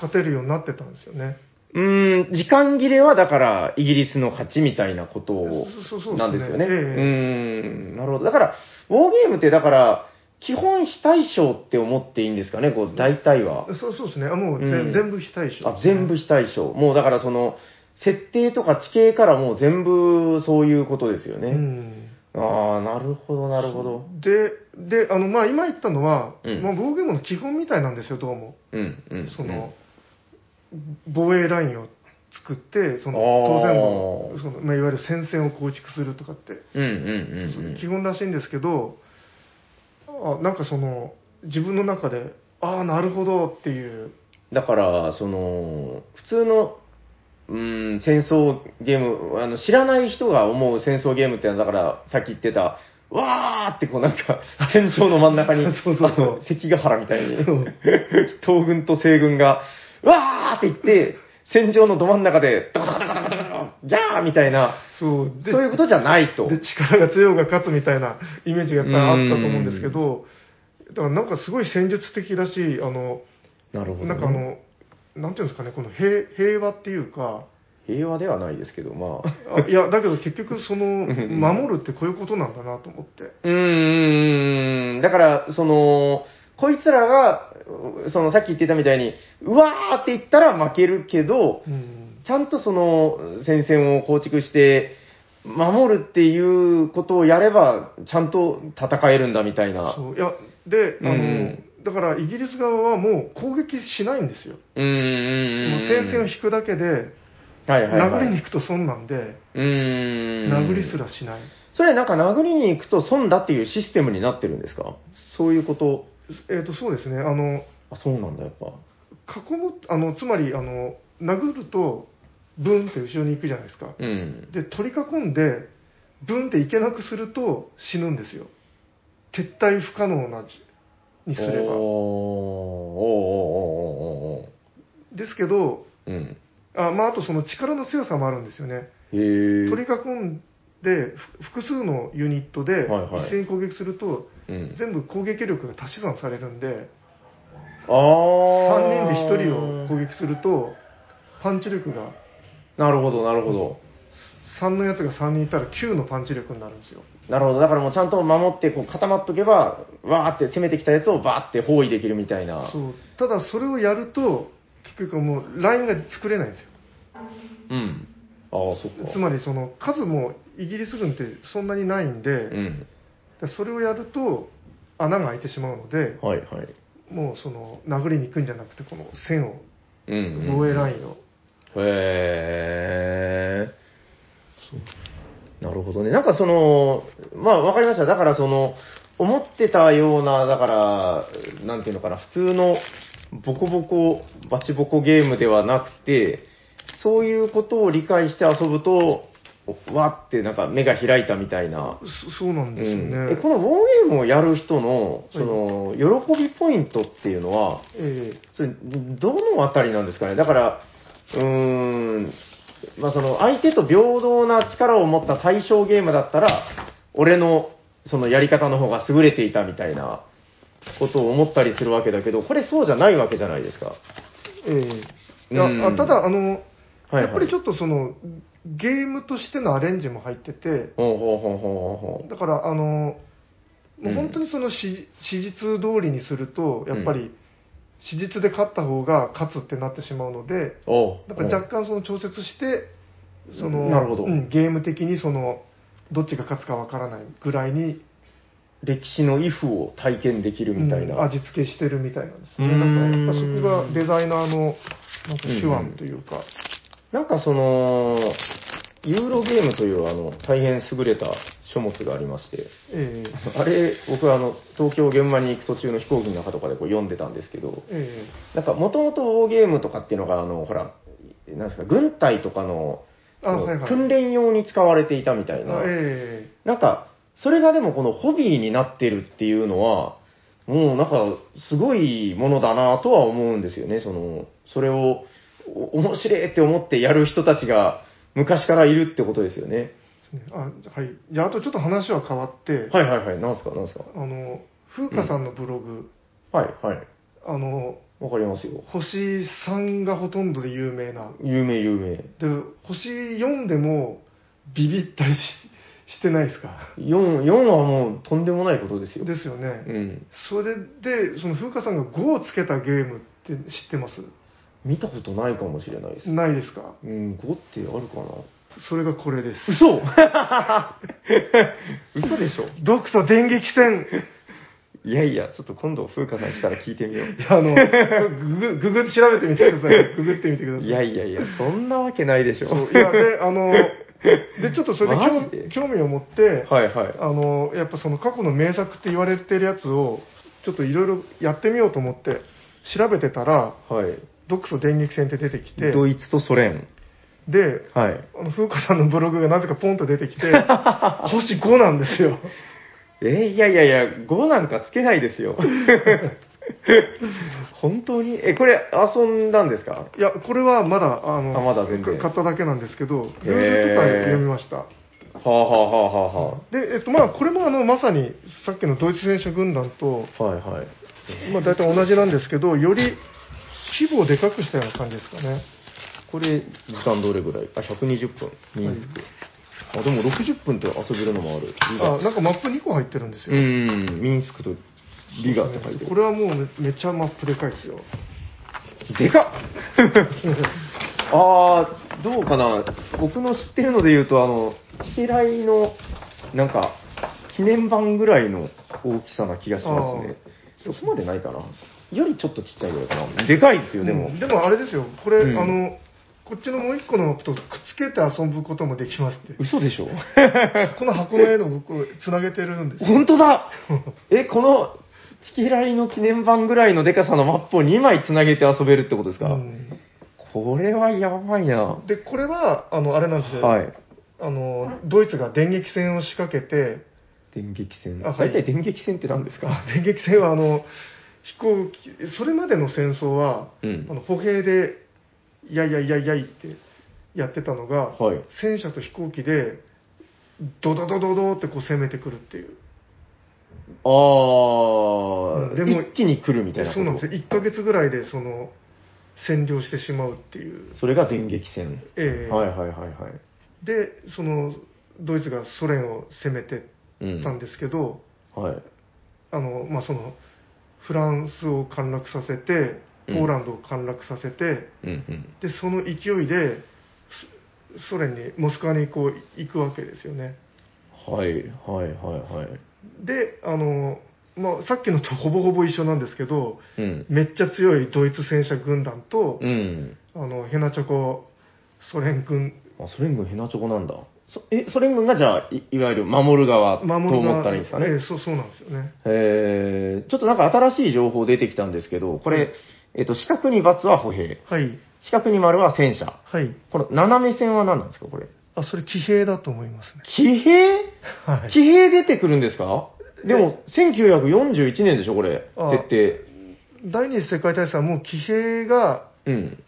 勝てるようになってたんですよね。
うーん、時間切れはだから、イギリスの勝ちみたいなことを
そそ、う
なんですよね。う
ええ
ーん、なるほど。だから、ウォーゲームってだから、基本非対称って思っていいんですかね、こう、大体は。
そうそうですね。あもう、ぜ
うん
全部非対称、
あ、全部非対称。もうだからその、設定とか地形からもう全部そういうことですよ
う
ね。
ん。
ああ、なるほど、なるほど。
で、で、あの、まあ、今言ったのは、
うん
まあ、防御網の基本みたいなんですよ、どうも。
うん、うん。
その、防衛ラインを作って、その、
あ
当
ー
然の、そのまあ、いわゆる戦線を構築するとかって、
うん、うん、うんうん、
基本らしいんですけど、あなんかその、自分の中で、ああ、なるほどっていう、
だから、その、普通の、うん、戦争ゲーム、あの、知らない人が思う戦争ゲームってのは、だから、さっき言ってた、わーってこうなんか、戦場の真ん中に、
そうそうそう
あの関ヶ原みたいに
うん、
東軍と西軍が、わーって言って、戦場のど真ん中で、ドカドカドカドカドカドカ、ギャーみたいな、
そう、で、
そういうことじゃないと。
で力が強い方が勝つみたいなイメージがやっぱりあったと思うんですけど、だからなんかすごい戦術的だし、あの、
なるほど、
なんかあ、の、なんていうんですかね、この平平和っていうか、
平和ではないですけど、まあ。
あいや、だけど結局、その、
ん
守るってこういうことなんだなと思って。
うーん、だから、その、こいつらが、うそのさっき言ってたみたいに、うわーって言ったら負けるけど、
うん。
ちゃんとその戦線を構築して、守るっていうことをやれば、ちゃんと戦えるんだみたいな。
そう。いや、で、あの、
うん
だからイギリス側はもう攻撃しないんですよ。
うーん。
もう戦線を引くだけで、
はいはい、
殴
はい。
りに行くと損なんで、
うーん。
殴りすらしない。
それなんか殴りに行くと損だっていうシステムになってるんですかそういうこと。
えっ、と、そうですね、あの、
あ、そうなんだ、やっぱ。
囲む、あの、つまり、あの、殴ると、ブンって後ろに行くじゃないですか。
うん。
で、取り囲んで、ブンって行けなくすると死ぬんですよ。撤退不可能なじ、にすれ
おーおーおー
ば。
おーおーおー
ですけど、
うん。
あまあ、あとその力の強さもあるんですよね。
へえ。
取り囲んで、ふ複数のユニットで
はいはい
一斉に攻撃すると、
うん、
全部攻撃力が足し算されるんで、
ああ。
3人で1人を攻撃すると、パンチ力が、
なるほど、なるほど。
3のやつが3人いたら9のパンチ力になるんですよ。
なるほど。だからもうちゃんと守って、こう固まっとけば、わーって攻めてきたやつをバーって包囲できるみたいな。
そうただそれをやると結局もうラインが作れないんですよ
うん。ああ、そっか。
つまりその数もイギリス軍ってそんなにないんで、
う
だから
ん。
それをやると穴が開いてしまうので
はいはい。
もうその殴りに行くんじゃなくてこの線を
うん、うん。
防衛ラインを、
へえ。なるほどね。なんかその、まあわかりました。だからその、思ってたような、だから、なんていうのかな、普通のボコボコ、バチボコゲームではなくて、そういうことを理解して遊ぶと、わってなんか目が開いたみたいな。
そそうなんですよね、
うんえこのウォーゲームをやる人の、その、喜びポイントっていうのは、
え
それどのあたりなんですかね、だから、うーん、まあ、その相手と平等な力を持った対象ゲームだったら、俺のそのやり方の方が優れていたみたいなことを思ったりするわけだけど、これ、そうじゃないわけじゃないですか。
えええい
うん
やあただあの、
はいはい
やっぱりちょっとそのゲームとしてのアレンジも入ってて
ほうほうほうほうほう
だからあのもううん本当にその史史実通りにするとやっぱり史実で勝った方が勝つってなってしまうので
おう
だから若干その調節してその
なるほど
うんゲーム的にそのどっちが勝つかわからないぐらいに
歴史のイフを体験できるみたいな。
うん味付けしてるみたいなんですね
うーん
なんかやっぱそこがデザイナーのなんか手腕というか、
なんかその、ユーロゲームというあの大変優れた書物がありまして、
ええ
あれ、僕はあの、東京現場に行く途中の飛行機の中とかでこう読んでたんですけど、
え
なんか、もともとウォーゲームとかっていうのが、あの、ほら、なんですか、軍隊とかの、
えあはいはい
訓練用に使われていたみたい
あ
な、
え
なんか、それがでもこのホビーになってるっていうのは、もうなんか、すごいものだなとは思うんですよね、その、それを、お面白いって思ってやる人たちが、昔からいるってことですよね。
えですねあはいじゃああとちょっと話は変わって、
はいはいはい、なんすか、なんすか。
あの風花さんのブログ、
はいはい。
あの、
わかりますよ。
星3がほとんどで有名な。
有名有名。
で、星4でもビビったりししてないですか。
4, 4はもうとんでもないことですよ。
ですよね。
うん。
それで、その風花さんが5をつけたゲームって知ってます
い見たことないかもしれないです。
ないですか
うん、5ってあるかな
それがこれです。
<laughs> 嘘嘘でしょ
毒素電撃
<laughs>
戦。
いやいや、ちょっと今度、風花さん来たら聞いてみよ
いやあの、ググ、ググって調べてみてください。ググってみてくだ
う。
さい。
<laughs> いやいやいや、そんなわけないでしょ。
そういや、で、あの、で、ちょっとそれ
マジ
で
で
興興味を持って、
はいはい。
あの、やっぱその過去の名作って言われてるやつを、ちょっといろいろやってみようと思って、調べてたら、
はい。
毒素電撃戦って出てきて、
ドイツとソ連。
で、
はい。
あの風花さんのブログがなぜかポンと出てき
<laughs>
て、星5なんですよ。
えーいやいやいや、5なんかつけないですよ。 <laughs> 本当にえ、これ遊んだんですか
いや、これはまだ、あの、
あまだ全然
か買っただけなんですけど、
へー
ルールとか読みました。
はあはあはあは
で、えっと、まあ、これもあの、まさに、さっきのドイツ戦車軍団と、
あはあ。はいはい。
まあ、大体同じなんですけど、より規模をでかくしたような感じですかね。
これ、時間どれぐらいあ、120分。ミンスク。あ、でも60分と遊べるのもある。いいじゃん
あ、なんかマップ2個入ってるんです
う
よ。
ん、ミンスクとリガーって書いて
こ
る。
れはもうめめっちゃマップでかいですよ。
でかっ <laughs> あー、どうかな。僕の知ってるので言うと、あの、チケライの、なんか、記念版ぐらいの大きさな気がしますね。そこまでないかな。よりちょっとちっちゃいぐらいかな。でかいですよ、でも。
うんでもあれですよ、これ、
うん
あの、こっちのもう1個のマップとくっつけて遊ぶこともできますって。
<laughs> 嘘でしょ
この箱の絵の僕、つなげてるんですよ。
本当だえ、この、チケライの記念版ぐらいのでかさのマップを2枚つなげて遊べるってことですか、
うん
これはやばいな。
で、これは、あの、あれなんですよ。
はい。
あの、ドイツが電撃戦を仕掛けて、
電撃戦。
あはい
大体電撃戦って何ですか
電撃戦はあの飛行機それまでの戦争は、
うん
あの歩兵で「いやいやいやいやい」ってやってたのが、
はい
戦車と飛行機でドドドドドってこう攻めてくるっていう
あー、
でも
一気に来るみたいな
そうなんですよ1ヶ月ぐらいでその占領してしまうっていう、
それが電撃戦。
ええ
はいはいはいはい。
でそのドイツがソ連を攻めて
うん。
たんですけど、
はい。
あのまあ、そのフランスを陥落させて
うん
ポーランドを陥落させて、
うんうん。
でその勢いでそソ連にモスクワにこう行くわけですよね
はいはいはいはい。
であの、まあ、さっきのと <laughs> ほぼほぼ一緒なんですけど
うん。
めっちゃ強いドイツ戦車軍団と、
うん。
あのヘナチョコソ連軍
あ、ソ連軍ヘナチョコなんだ。そえ、ソ連軍がじゃあ、いいわゆる守る側と
守る
思
側
ったらいいんですかね。
ええそうそうなんですよね
えー、ちょっとなんか新しい情報出てきたんですけど、これ、えっと、四角に×は歩兵、
はい
四角に丸は戦車。
はい
この斜め線は何なんですか、これ。
あそれ騎兵だと思いますね
騎兵
はい
騎兵出てくるんですかでも、1941年でしょ、これ、
あ
設定。
第二次世界大戦はもう騎兵が
うん。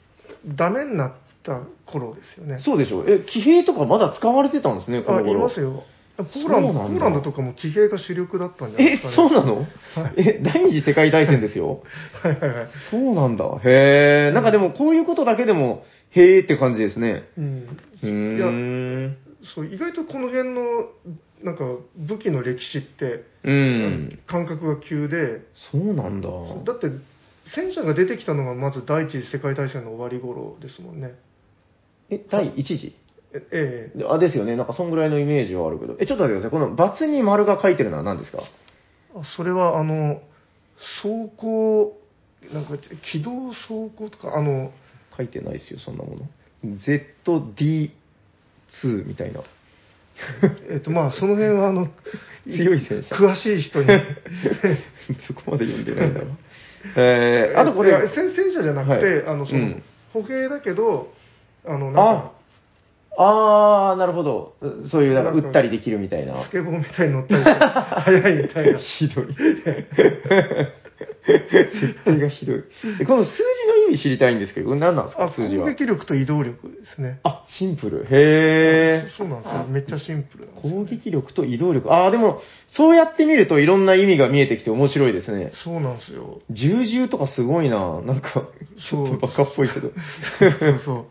ダメになった頃ですよね
そうでしょ。え、騎兵とかまだ使われてたんですね、こ
あ
の
い
頃。
ますよポーランド
そうなんだ
ポーランドとかも騎兵が主力だったんじゃない
え
ですか、、ね、
そうなのえ、第二次世界大戦ですよ。
はいはいはい。
そうなんだ。へえ。なんかでも、こういうことだけでも、へえって感じですね。
うん。
うーん。
そう、意外とこの辺の、なんか、武器の歴史って、
うん。
感覚が急で、
そうなんだ。
だって、戦車が出てきたのがまず第一次世界大戦の終わり頃ですもんね。
え、第1次
えええ
であ、ですよね。なんかそんぐらいのイメージはあるけど。え、ちょっと待ってください。この×に丸が書いてるのは何ですか
あそれは、あの、走行、なんか、機動走行とか、あ
<laughs>
の、
書いてないですよ、そんなもの。ZD2 みたいな。
えっと、まあ、その辺は、あ
<laughs>
の、
強い
<laughs>
戦車。
詳しい人に。
そこまで読んでないんだろう。えー、 <laughs> あとこれ
い。や戦戦車じゃなくて、
はい
あの、その、
うん
歩兵だけど、あの、なんか
あ、あー、なるほど。うそういう、なんか、
なんか
打ったりできるみたいな
ス。ケボーみたいに乗ったりして、
<laughs>
速いみたいな。
ひどい。設定がひどい。え <laughs> この数字の意味知りたいんですけど、これ何なんです
あ、
か、数字
攻
は。
撃力と移動力ですね。
あ、シンプル。へー。
そうなんですよ。めっちゃシンプルなんですよ
攻撃力と移動力。ああ、でも、そうやって見るといろんな意味が見えてきて面白いですね。
そうなんですよ。
重々とかすごいななんか、ち
そう
ょっとバカっぽいけ <laughs> ど。
そうそう。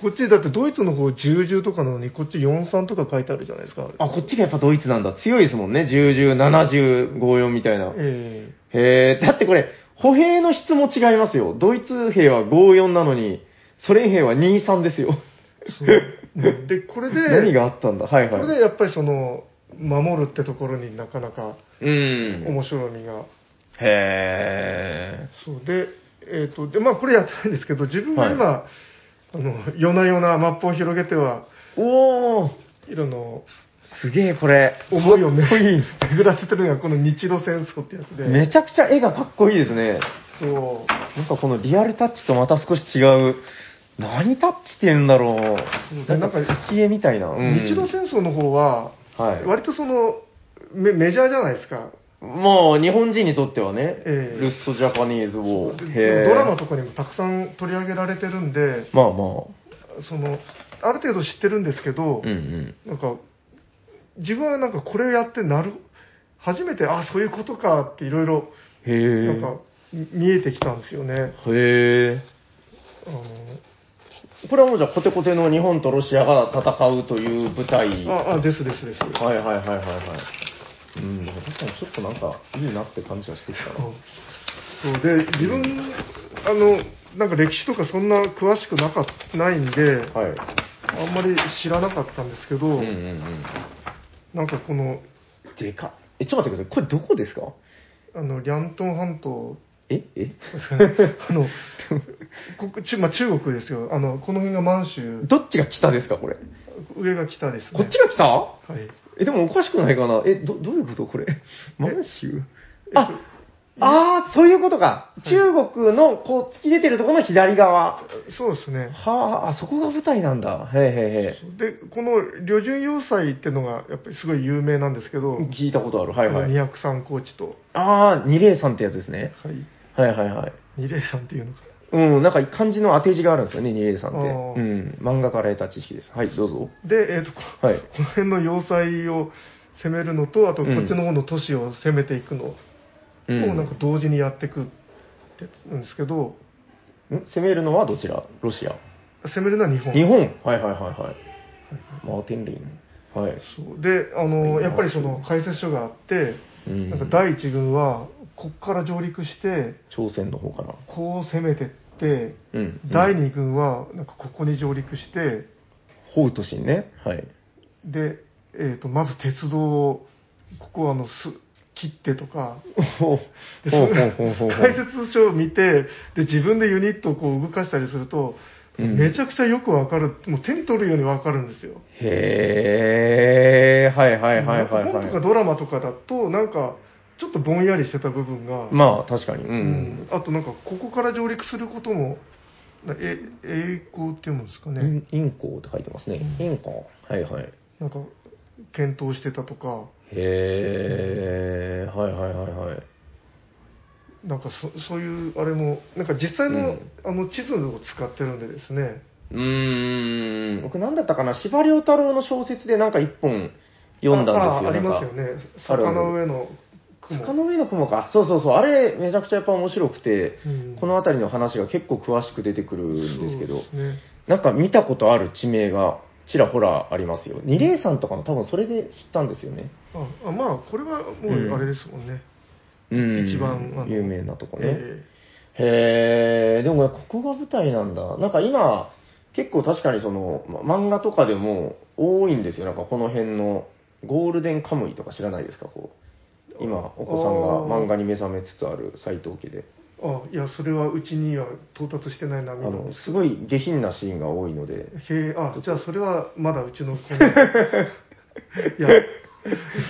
こっち、だってドイツの方10とかなのに、こっち43とか書いてあるじゃないですか。
あ、こっちがやっぱドイツなんだ。強いですもんね。重々、70、54みたいな。
え
へえ、だってこれ、歩兵の質も違いますよ。ドイツ兵は54なのに、ソ連兵は23ですよ。
そう。で、これで、
何があったんだはい
こ
はい。
れでやっぱりその、守るってところになかなか
うん。
面白みが。
へ
そうで、えっ、と、で、まあこれやってないんですけど、自分は今、あの、夜な夜なマップを広げては、
ー。おー。
色の
すげえ、これ。
思いをね
かっこいい。
巡らせてるのがこの日露戦争ってやつで。
めちゃくちゃ絵がかっこいいですね。
そう。
なんかこのリアルタッチとまた少し違う。何タッチって言うんだろ
そう
う。
な
なんん
か
か、挿絵みたいな。うん
日露戦争の方は、
はい。
割とそのメ、メジャーじゃないですか。
まあ、日本人にとってはね、
ええ
ルストジャパニーズ・ウォー。へえ
ドラマとかにもたくさん取り上げられてるんで、
まあま
その、ある程度知ってるんですけど、
あ。うん
なんか、自分はなんかこれをやってなる、初めて、あ、そういうことかっていろいろ、
うん。へえ。
なんか、見えてきたんですよね。
へえ。
あの
これはもうじゃあ、コテコテの日本とロシアが戦うという舞台。はい
あ、あ、ですですです。
はいはいはいはい。うん、でも確かにちょっとなんか、いいなって感じがしてきたな。
そうで、自分、あの、なんか歴史とかそんな詳しくなかないんで、
はい。
あんまり知らなかったんですけど、
うんうんうん。
なんかこの、
でかい。え、ちょっと待ってください。これどこですか
あの、リャントン半
<laughs>
島、
ええ
あの、ここ中まあ、中国ですよ。あの、この辺が満州、
どっちが北ですかこれ。
上が北ですね。
こっちが北
はい。
え、でもおかしくないかなえ、ど、どういうことこれ。満州あ、あー、そういうことか。中国の、こう、突き出てるところの左側。
そうですね。
はあ、あそこが舞台なんだ。へえへ
で、この旅順要塞ってのが、やっぱりすごい有名なんですけ
え
ど、
へえ。聞いたことある。はいは
あの
い。
203高地と、
あー、203ってやつですね。
はい、
はいはいはい。
203っていうのか。
うん、なんか漢字の当て字があるんですよね、203
あ
っ
ー
て。うん、漫画から得た知識です。はい、どうぞ。
で、えっ、と、こ
はい。
この辺の要塞を攻めるのと、あとこ
うん
っちの方の都市を攻めていくのを、
うん
なんか同時にやっていくってやつなんですけど、
ん攻めるのはどちらロシア。
攻めるのは日本。
日本はいはいはいはい。マーティン・リン。はい。
そうであの、やっぱりその解説書があって、
うん
なんか第一軍は、こっから上陸して、
朝鮮の方かな。
こう攻めてって、
うん。
第二軍は、なんかここに上陸して、
ホウトシンね。はい。
で、えー、とまず鉄道をここはあのす切ってとか
ほ
で
うほう
そ
ほうほうほう
解説書を見てで自分でユニットをこう動かしたりすると、
うん
めちゃくちゃよくわかるもう手に取るようにわかるんですよ、
へえ、はいはいはいはい
本とか
は
ドラマとかだとなんかちょっとぼんやりしてた部分が、
い。まあ確かに。う。
うんあとなんかここから上陸することもなえ栄光っていうんですか
イ
ね、
ンインコウって書いてますね。インコウ。はいはい。
なんか検討してたとか
へえ、はいはいはいはい。
なんかそそういうあれもなんか実際の,、あの地図を使ってるんでですね
うーん。僕何だったかな司馬遼太郎の小説でなんか一本読んだんですよ。
あああり
なんか
ますよね
あるあ
坂
る
の上の雲
坂の上の雲か。そうそうそう。あれ、めちゃくちゃやっぱ面白くて、
うん
この辺りの話が結構詳しく出てくるんですけど
そう、ですね
なんか見たことある地名がちらほらありますよ。203とかの多分それで知ったんですよね。
ああまあこれはもうあれですもんね、
うん。
一番あの
有名なとこね。
え
へえ、でもねここが舞台なんだ。なんか今、結構確かにその、ま漫画とかでも多いんですよ。なんかこの辺の、ゴールデンカムイとか知らないですかこう。今、お子さんが漫画に目覚めつつある斎藤家で。
えあいやそれはうちには到達してないな
あ
みたいな
の、すごい下品なシーンが多いので。 <laughs>
へえあじゃあそれはまだうちの子にいや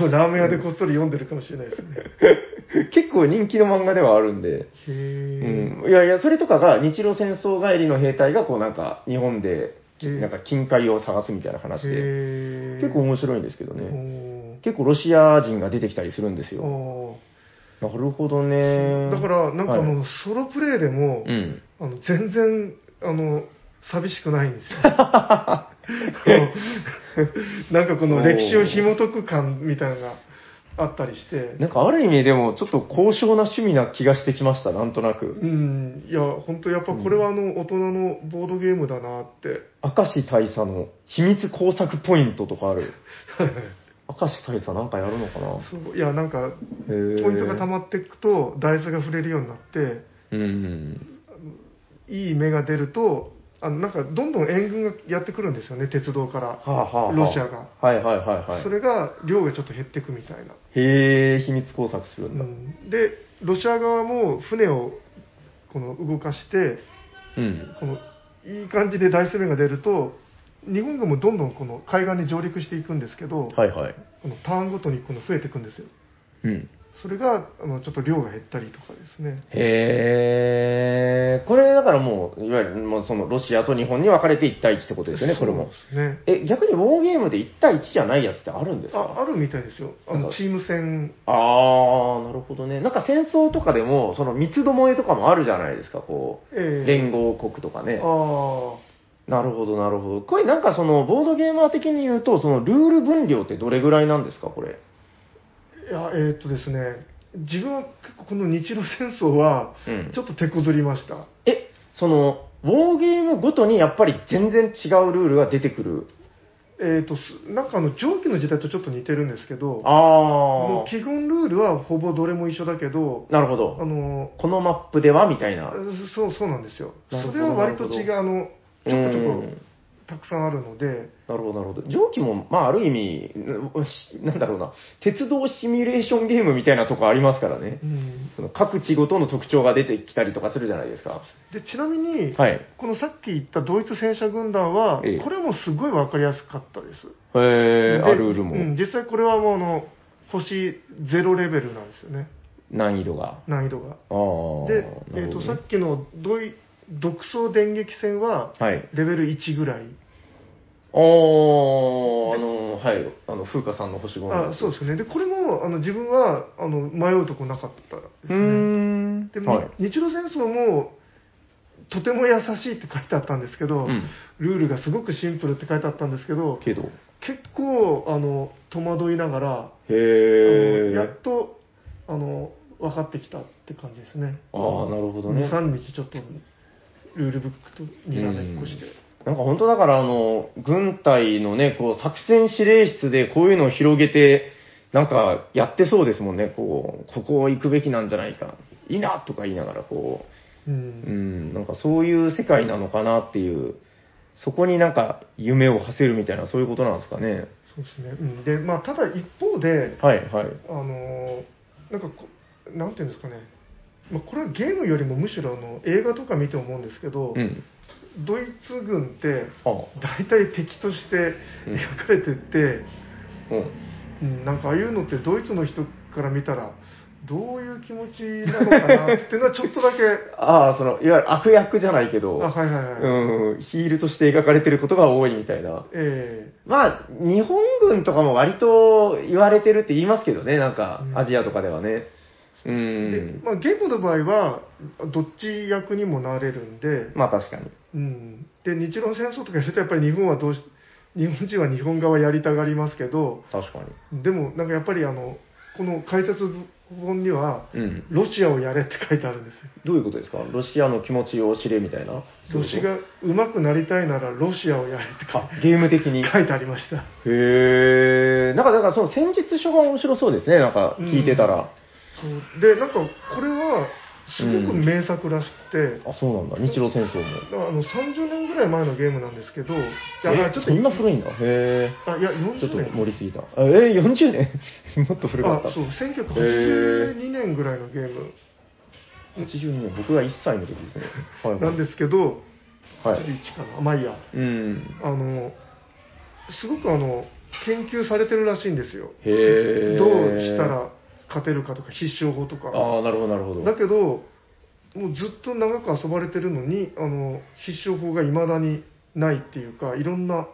もうラーメン屋でこっそり読んでるかもしれないですね
結構人気の漫画ではあるんで。
へ
う
え、
ん。いやいや、それとかが日露戦争帰りの兵隊がこうなんか日本で、
うん
なんか金塊を探すみたいな話で。
へえ
結構面白いんですけどね。
おー
結構ロシア人が出てきたりするんですよ。
あ
なるほど
あ
ね。
だからなんかあの、
はい
ソロプレイでも、
うん。
あの全然あの寂しくないん
<laughs>
ですよ <laughs> あのなんかこの歴史を紐解く感みたいなのがあったりして
なんかある意味でもちょっと高尚な趣味な気がしてきました、なんとなく。
うんいや本当やっぱこれはあの大人のボードゲーム
<laughs>
だなって、
明石大佐の秘密工作ポイントとかある。明石大佐なんかやるのかな
そういやなんか
ポ
ポイントが溜まっていくとダイスが振れるようになって
うん
いい芽が出るとあのなんかどんどん援軍がやってくるんですよね鉄道から、
はあはあはあ、
ロシアが
はいはいはいはい
それが量がちょっと減っていくみたいな、
へえ秘密工作する
うん
だ、
ん、でロシア側も船をこの動かして
うん、
このいい感じで大攻めが出ると日本軍もどんどんこの海岸に上陸していくんですけど、
はいはい
このターンごとにこの増えていくんですよ
うん
それがあのちょっと量が減ったりとかですね
へえこれだからもういわゆるもうそのロシアと日本に分かれて1対1ってことですよねこれ
そ
も
うですね
え逆にウォーゲームで1対1じゃないやつってあるんです
あ
か
あるみたいですよあ
なん
の
か
チーム戦
あーなるほどねなんか戦争とかでもその三つどもえとかもあるじゃないですかこ
え
う
え
連合国とかね
あ
なるほどなるほどこれなんかそのボードゲーマー的に言うとそのルール分量ってどれぐらいなんですかこれ
あいやえーっとですね自分は結構この日露戦争は
うん
ちょっと手こずりました、
え、その、ウォーゲームごとにやっぱり全然違うルールが出てくる。
えーっとすなんかあの蒸気の時代とちょっと似てるんですけども
あ
う基本ルールはほぼどれも一緒だけど
あ。なるほ
あ
ど。
の
このマップではみたいな。
そうそうなんですよ
なる
そ
ほど
れは割と違うあのちょこちょこ
うん
たくさんあるので
なるほど、なるほど。蒸気も、まあ、ある意味、しなんだろうな、鉄道シミュレーションゲームみたいなとこありますからね
う。ん
その各地ごとの特徴が出てきたりとかするじゃないですか。
でちなみに、
はい。へ
このさっき言ったドイツ戦車軍団は、
ええ
これもすごい分かりやすかったです、
え、
で
あルールも、
うん実際これはもうあの星0レベルなんですよね
難易度が。
難易度が
ああ。
で、え
なる
ー、
ほど
と
ね
さっきのドイ独走電撃戦は
はい。
レベル1ぐらい、
ああ、あの、はい。あの、風花さんの星5の
あそうですねでこれもあの自分はあの迷うとこなかったです
うー
ね
ん
で、
はい。
に日露戦争もとても優しいって書いてあったんですけど、
うん
ルールがすごくシンプルって書いてあったんですけど
けど。
結構あの戸惑いながら
へ
あのや
え
っ。とあの分かってきたって感じですね
ああ、なるほどね。
23日ちょっとルールブックとにらめっこして、
なんか本当だから、あの、軍隊のね、こう、作戦指令室でこういうのを広げて、なんかやってそうですもんね、こう、ここ行くべきなんじゃないか、いいなとか言いながら、こ
う
う、うんん、なんかそういう世界なのかなっていう、そこになんか夢を馳せるみたいな、そういうことなんですかね。
そうですね、うん、でまあただ一方で
はい、はい。
あのなんかこなんていうんですかね、まあ、これはゲームよりもむしろあの映画とか見て思うんですけど、
うん。
ドイツ軍って
あ
大体敵として
うん
描かれてって、
うん。
うん、なんかああいうのってドイツの人から見たらどういう気持ちなのかなっていうのはちょっとだけ
<laughs> ああ、その、いわゆる悪役じゃないけど、
あはいはいはい、
うん、ヒールとして描かれてることが多いみたいな。
え
まあ、日本軍とかも割と言われてるって言いますけどね、なんか
う、ん
アジアとかではね。う
え
ん
で。まあ、言語の場合はどっち役にもなれるんで、
まあ確かに。
うん、で日露戦争とかやるとやっぱり日本はどうし日本人は日本側やりたがりますけど
確かに。
でもなんかやっぱりあのこの解説本には
うん。
ロシアをやれって書いてあるんですよ
どういうことですかロシアの気持ちを知れみたいな。
ロシアが上手くなりたいならロシアをやれって書い
あ、ゲーム的に。へ
書いてありました
え。なんか、だからその戦術書が面白そうですね、なんか聞いてたら。
そうでなんかこれはすごく名作らしくて、
あ、そうなんだ。日露戦争も。
だからあの30年ぐらい前のゲームなんですけどいや
え
ちょっと
そんな古いんだ。へえ。
あいや
ちょっと
40年
盛りすぎた。えー、40年 <laughs> もっと古かった。
あそう1982年ぐらいのゲーム
82年、僕が1歳の時ですね。はい、はい。
なんですけど、
はい。
81かなまあいいや
うん。
あのすごくあの研究されてるらしいんですよ
へえ。
どうしたら勝てるかとか必勝法とか
ああ、なるほど、なるほど。
だけどもうずっと長く遊ばれてるのにあの必勝法がいまだにないっていうかいろんな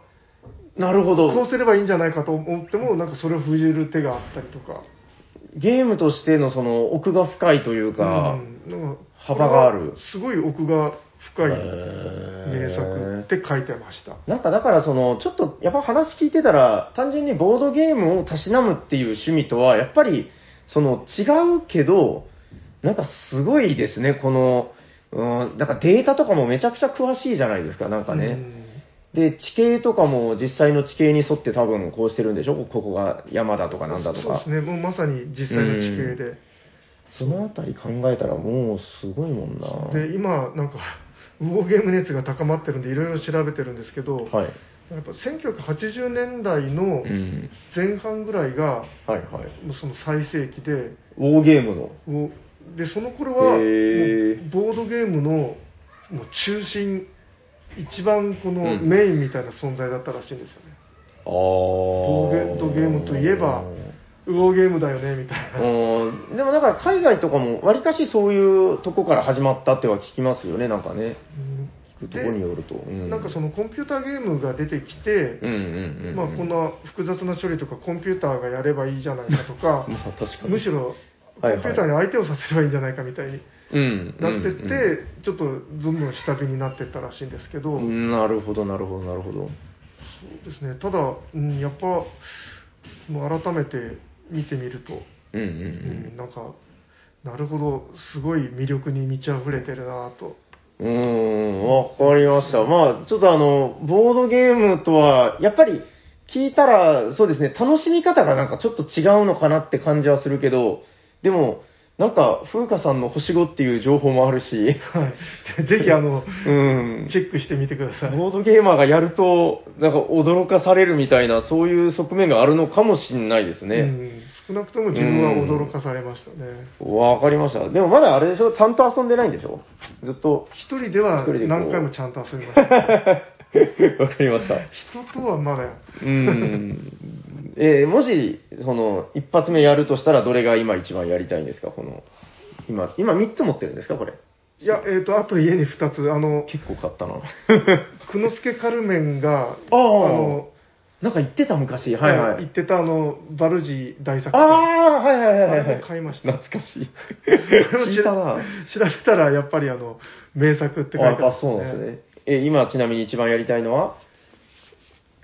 なるほ
こ
ど
う。すればいいんじゃないかと思ってもなんかそれを封じる手があったりとか
ゲームとしてのその奥が深いというか、
うんなんか
幅がある
すごい奥が深い名
へ
作
ー
って書いてました
なんかだからその、ちょっとやっぱ話聞いてたら、単純にボードゲームをたしなむっていう趣味とは、やっぱり、その違うけど、なんかすごいですね、この、うん、なんかデータとかもめちゃくちゃ詳しいじゃないですか、なんかね。
うん
で、地形とかも実際の地形に沿って多分こうしてるんでしょここが山だとかなんだと
そうで
か。
すね。もうまさに実際の地形で。
そのあたり考えたらもうすごいもんな。
で、今、なんか、ウォーゲーム熱が高まってるんで、いろいろ調べてるんですけど、
はい。
やっぱ1980年代の
うん。
前半ぐらいが、
はいはい。
もうその最盛期で、
ウォーゲームの。
もうでその頃は、
へー
もうボードゲームのもう中心一番この
うん
メインみたいな存在だったらしいんですよね、
ああ。
ボードゲームといえばウォーゲームだよねみたいな、
うんでもだから海外とかもわりかしそういうとこから始まったっては聞きますよね、なんかね。聞くとこによると。う
なんかそ
の、
のコンピューターゲームが出てきて
う、んうんうんうん。
まあ、こん
ま
な複雑な処理とかコンピューターがやればいいじゃないかと
<laughs>
か
あ確かに。
むしろコン
は
ピュ
いはい
ーターに相手をさせればいいんじゃないかみたいに
うん、
なってって、
うんうん
ちょっとどんどん下火になってったらしいんですけど、
なるほど、なるほど、なるほど。
そうですね、ただ、うん、やっぱ、もう改めて見てみると、
う
う
んう
ん
ん
なんか、なるほど、すごい魅力に満ち溢れてるなぁと、
うん。うーん、わかりました。まあ、ちょっとあの、ボードゲームとは、やっぱり聞いたら、そうですね、楽しみ方がなんかちょっと違うのかなって感じはするけど、でも、なんか、風花さんの星5っていう情報もあるし、
はい、 <laughs> ぜひあの、
うん。
チェックしてみてください。
ボードゲーマーがやると、なんか驚かされるみたいな、そういう側面があるのかもしんないです
う
ね。
ん、少なくとも自分は驚かされましたね。
わ、かりました。でもまだあれでしょちゃんと遊んでないんでしょずっと <laughs>
一人では
一人でこう
何回もちゃんと遊びました。
わかりました。
人とはまだ、
うん。えーもし、その、一発目やるとしたら、どれが今一番やりたいんですかこの、今、今3つ持ってるんですかこれ。
いや、えっ、と、あと家に2つ、あの、
結構買ったな。あ
久之助カルメンが、
あ
の、
<laughs> なんか言ってた昔。はいは
言っ
い。
てたあの、バルジー大作
あ
戦。
あー、はいはいはい
あ
は
れ
い。
も買いました
懐かし
<laughs>
い。
これも
聞いたな。あ
調べたらやっぱりあの名作って書いてあ
や
る
っぱそうなんですね。えー今ちなみに一番やりたいのは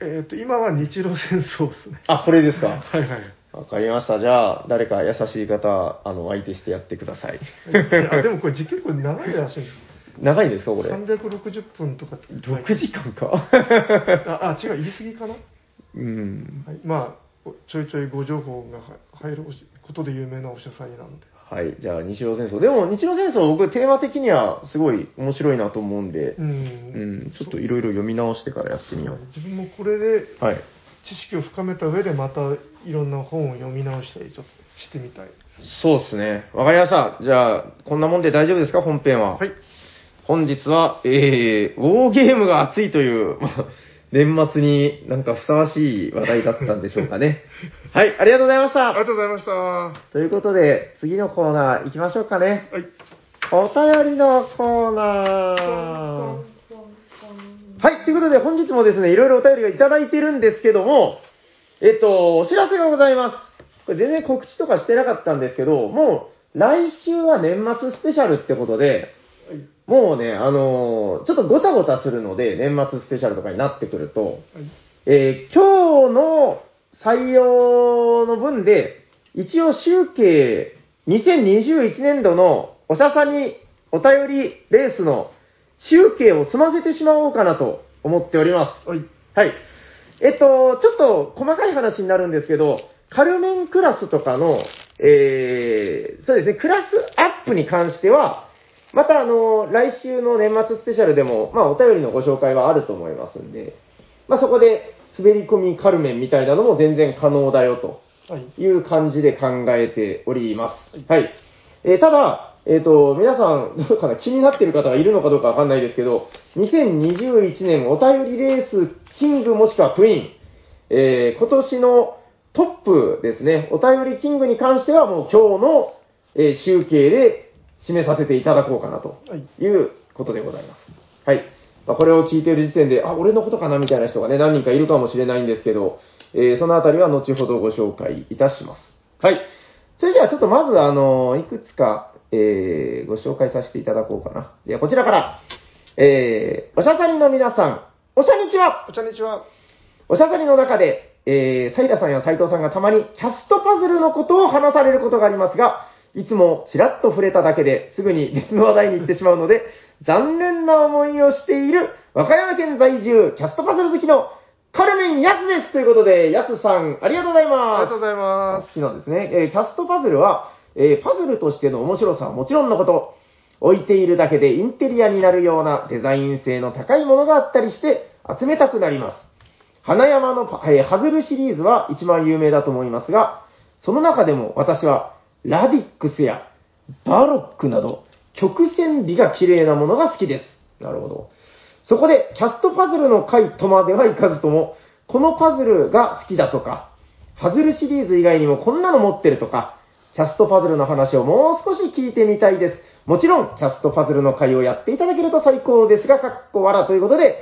えっ、と今は日露戦争ですね
あ、これですか。
はいはい
<laughs> わかりました。じゃあ、誰か優しい方、あの、相手してやってく
<laughs>
ださい。
あでもこれ時結構長いらしいんです
長いですかこれ。
360分とかって書い
6
て
時間か。
ああ違う言い過ぎかな、は
<laughs> うん。
い、まあちょいちょいご情報が入ることで有名なお医者さんになんで
はい。じゃあ、日露戦争。でも、日露戦争、僕、テーマ的にはすごい面白いなと思うんで
う、、
うんん、ちょっといろいろ読み直してからやってみよう。
自分もこれで
はい。
知識を深めた上でまたいろんな本を読み直したりちょっとしてみたい
そうですね。わかりました。じゃあ、こんなもんで大丈夫ですか本編は。
はい。
本日は、えー、ウォーゲームが熱いという、まあ年末になんかふさわしい話題だったんでしょうか <laughs> ね。はい。ありがとうございまし
ありが
た。
とうございましたは
ということで、次のコーナー行きましょうかね。
い
お便りのコーナー。はい、ということで本日もですね、いろいろお便りがいただいてるんですけども、えっと、お知らせがございます。これ全然告知とかしてなかったんですけど、もう来週は年末スペシャルってことで、
はい
もうね、あのーちょっとごたごたするので、年末スペシャルとかになってくると、
はい
えー今日の採用の分で、一応集計2021年度のおしゃさんにお便りレースの集計を済ませてしまおうかなと思っておりま
はい
す。はい。えっと、ちょっと細かい話になるんですけど、カルメンクラスとかの、えーそうですね、クラスアップに関しては、またあの、来週の年末スペシャルでも、まあお便りのご紹介はあると思いますんで、まあそこで滑り込みカルメンみたいなのも全然可能だよと。
はい
という感じで考えております。はい。えーただ、えっ、と、皆さん、 <laughs> どうかな、気になってる方がいるのかどうかわかんないですけど、2021年お便りレースキングもしくはプイン、えー今年のトップですね、お便りキングに関してはもう今日の、えー集計で締めさせていただこうかなと
はい
いうことでございます。はい。まあ、これを聞いている時点で、あ、俺のことかなみたいな人がね、何人かいるかもしれないんですけど、えーそのあたりは後ほどご紹介いたします。はい。それじゃあ、ちょっとまず、あの、いくつか、えーご紹介させていただこうかな。では、こちらから、えーおしゃさりの皆さん、おしゃにちは
お茶にちは
おしゃさりの中で、えー、平さんや斉藤さんがたまにキャストパズルのことを話されることがありますが、いつもち
<laughs>
らっと触れただけですぐに別の話題に行ってしまうので、残念な思いをしている和歌山県在住、キャストパズル好きのカルメン・ヤスですということで、ヤスさん、ありがとうござい
あり
ま
が
す
とう。ございます
好。きなんですね。えーキャストパズルは、えーパズルとしての面白さはもちろんのこと、置いているだけでインテリアになるようなデザイン性の高いものがあったりして集めたくなります。花山のパ、えーハズルシリーズは一番有名だと思いますが、その中でも私はラディックスやバロックなど曲線美が綺麗なものが好きです。なるほど。そこでキャストパズルの回とまではいかずとも、このパズルが好きだとか、パズルシリーズ以外にもこんなの持ってるとか、キャストパズルの話をもう少し聞いてみたいです。もちろん、キャストパズルの会をやっていただけると最高ですが、かっこわらということで、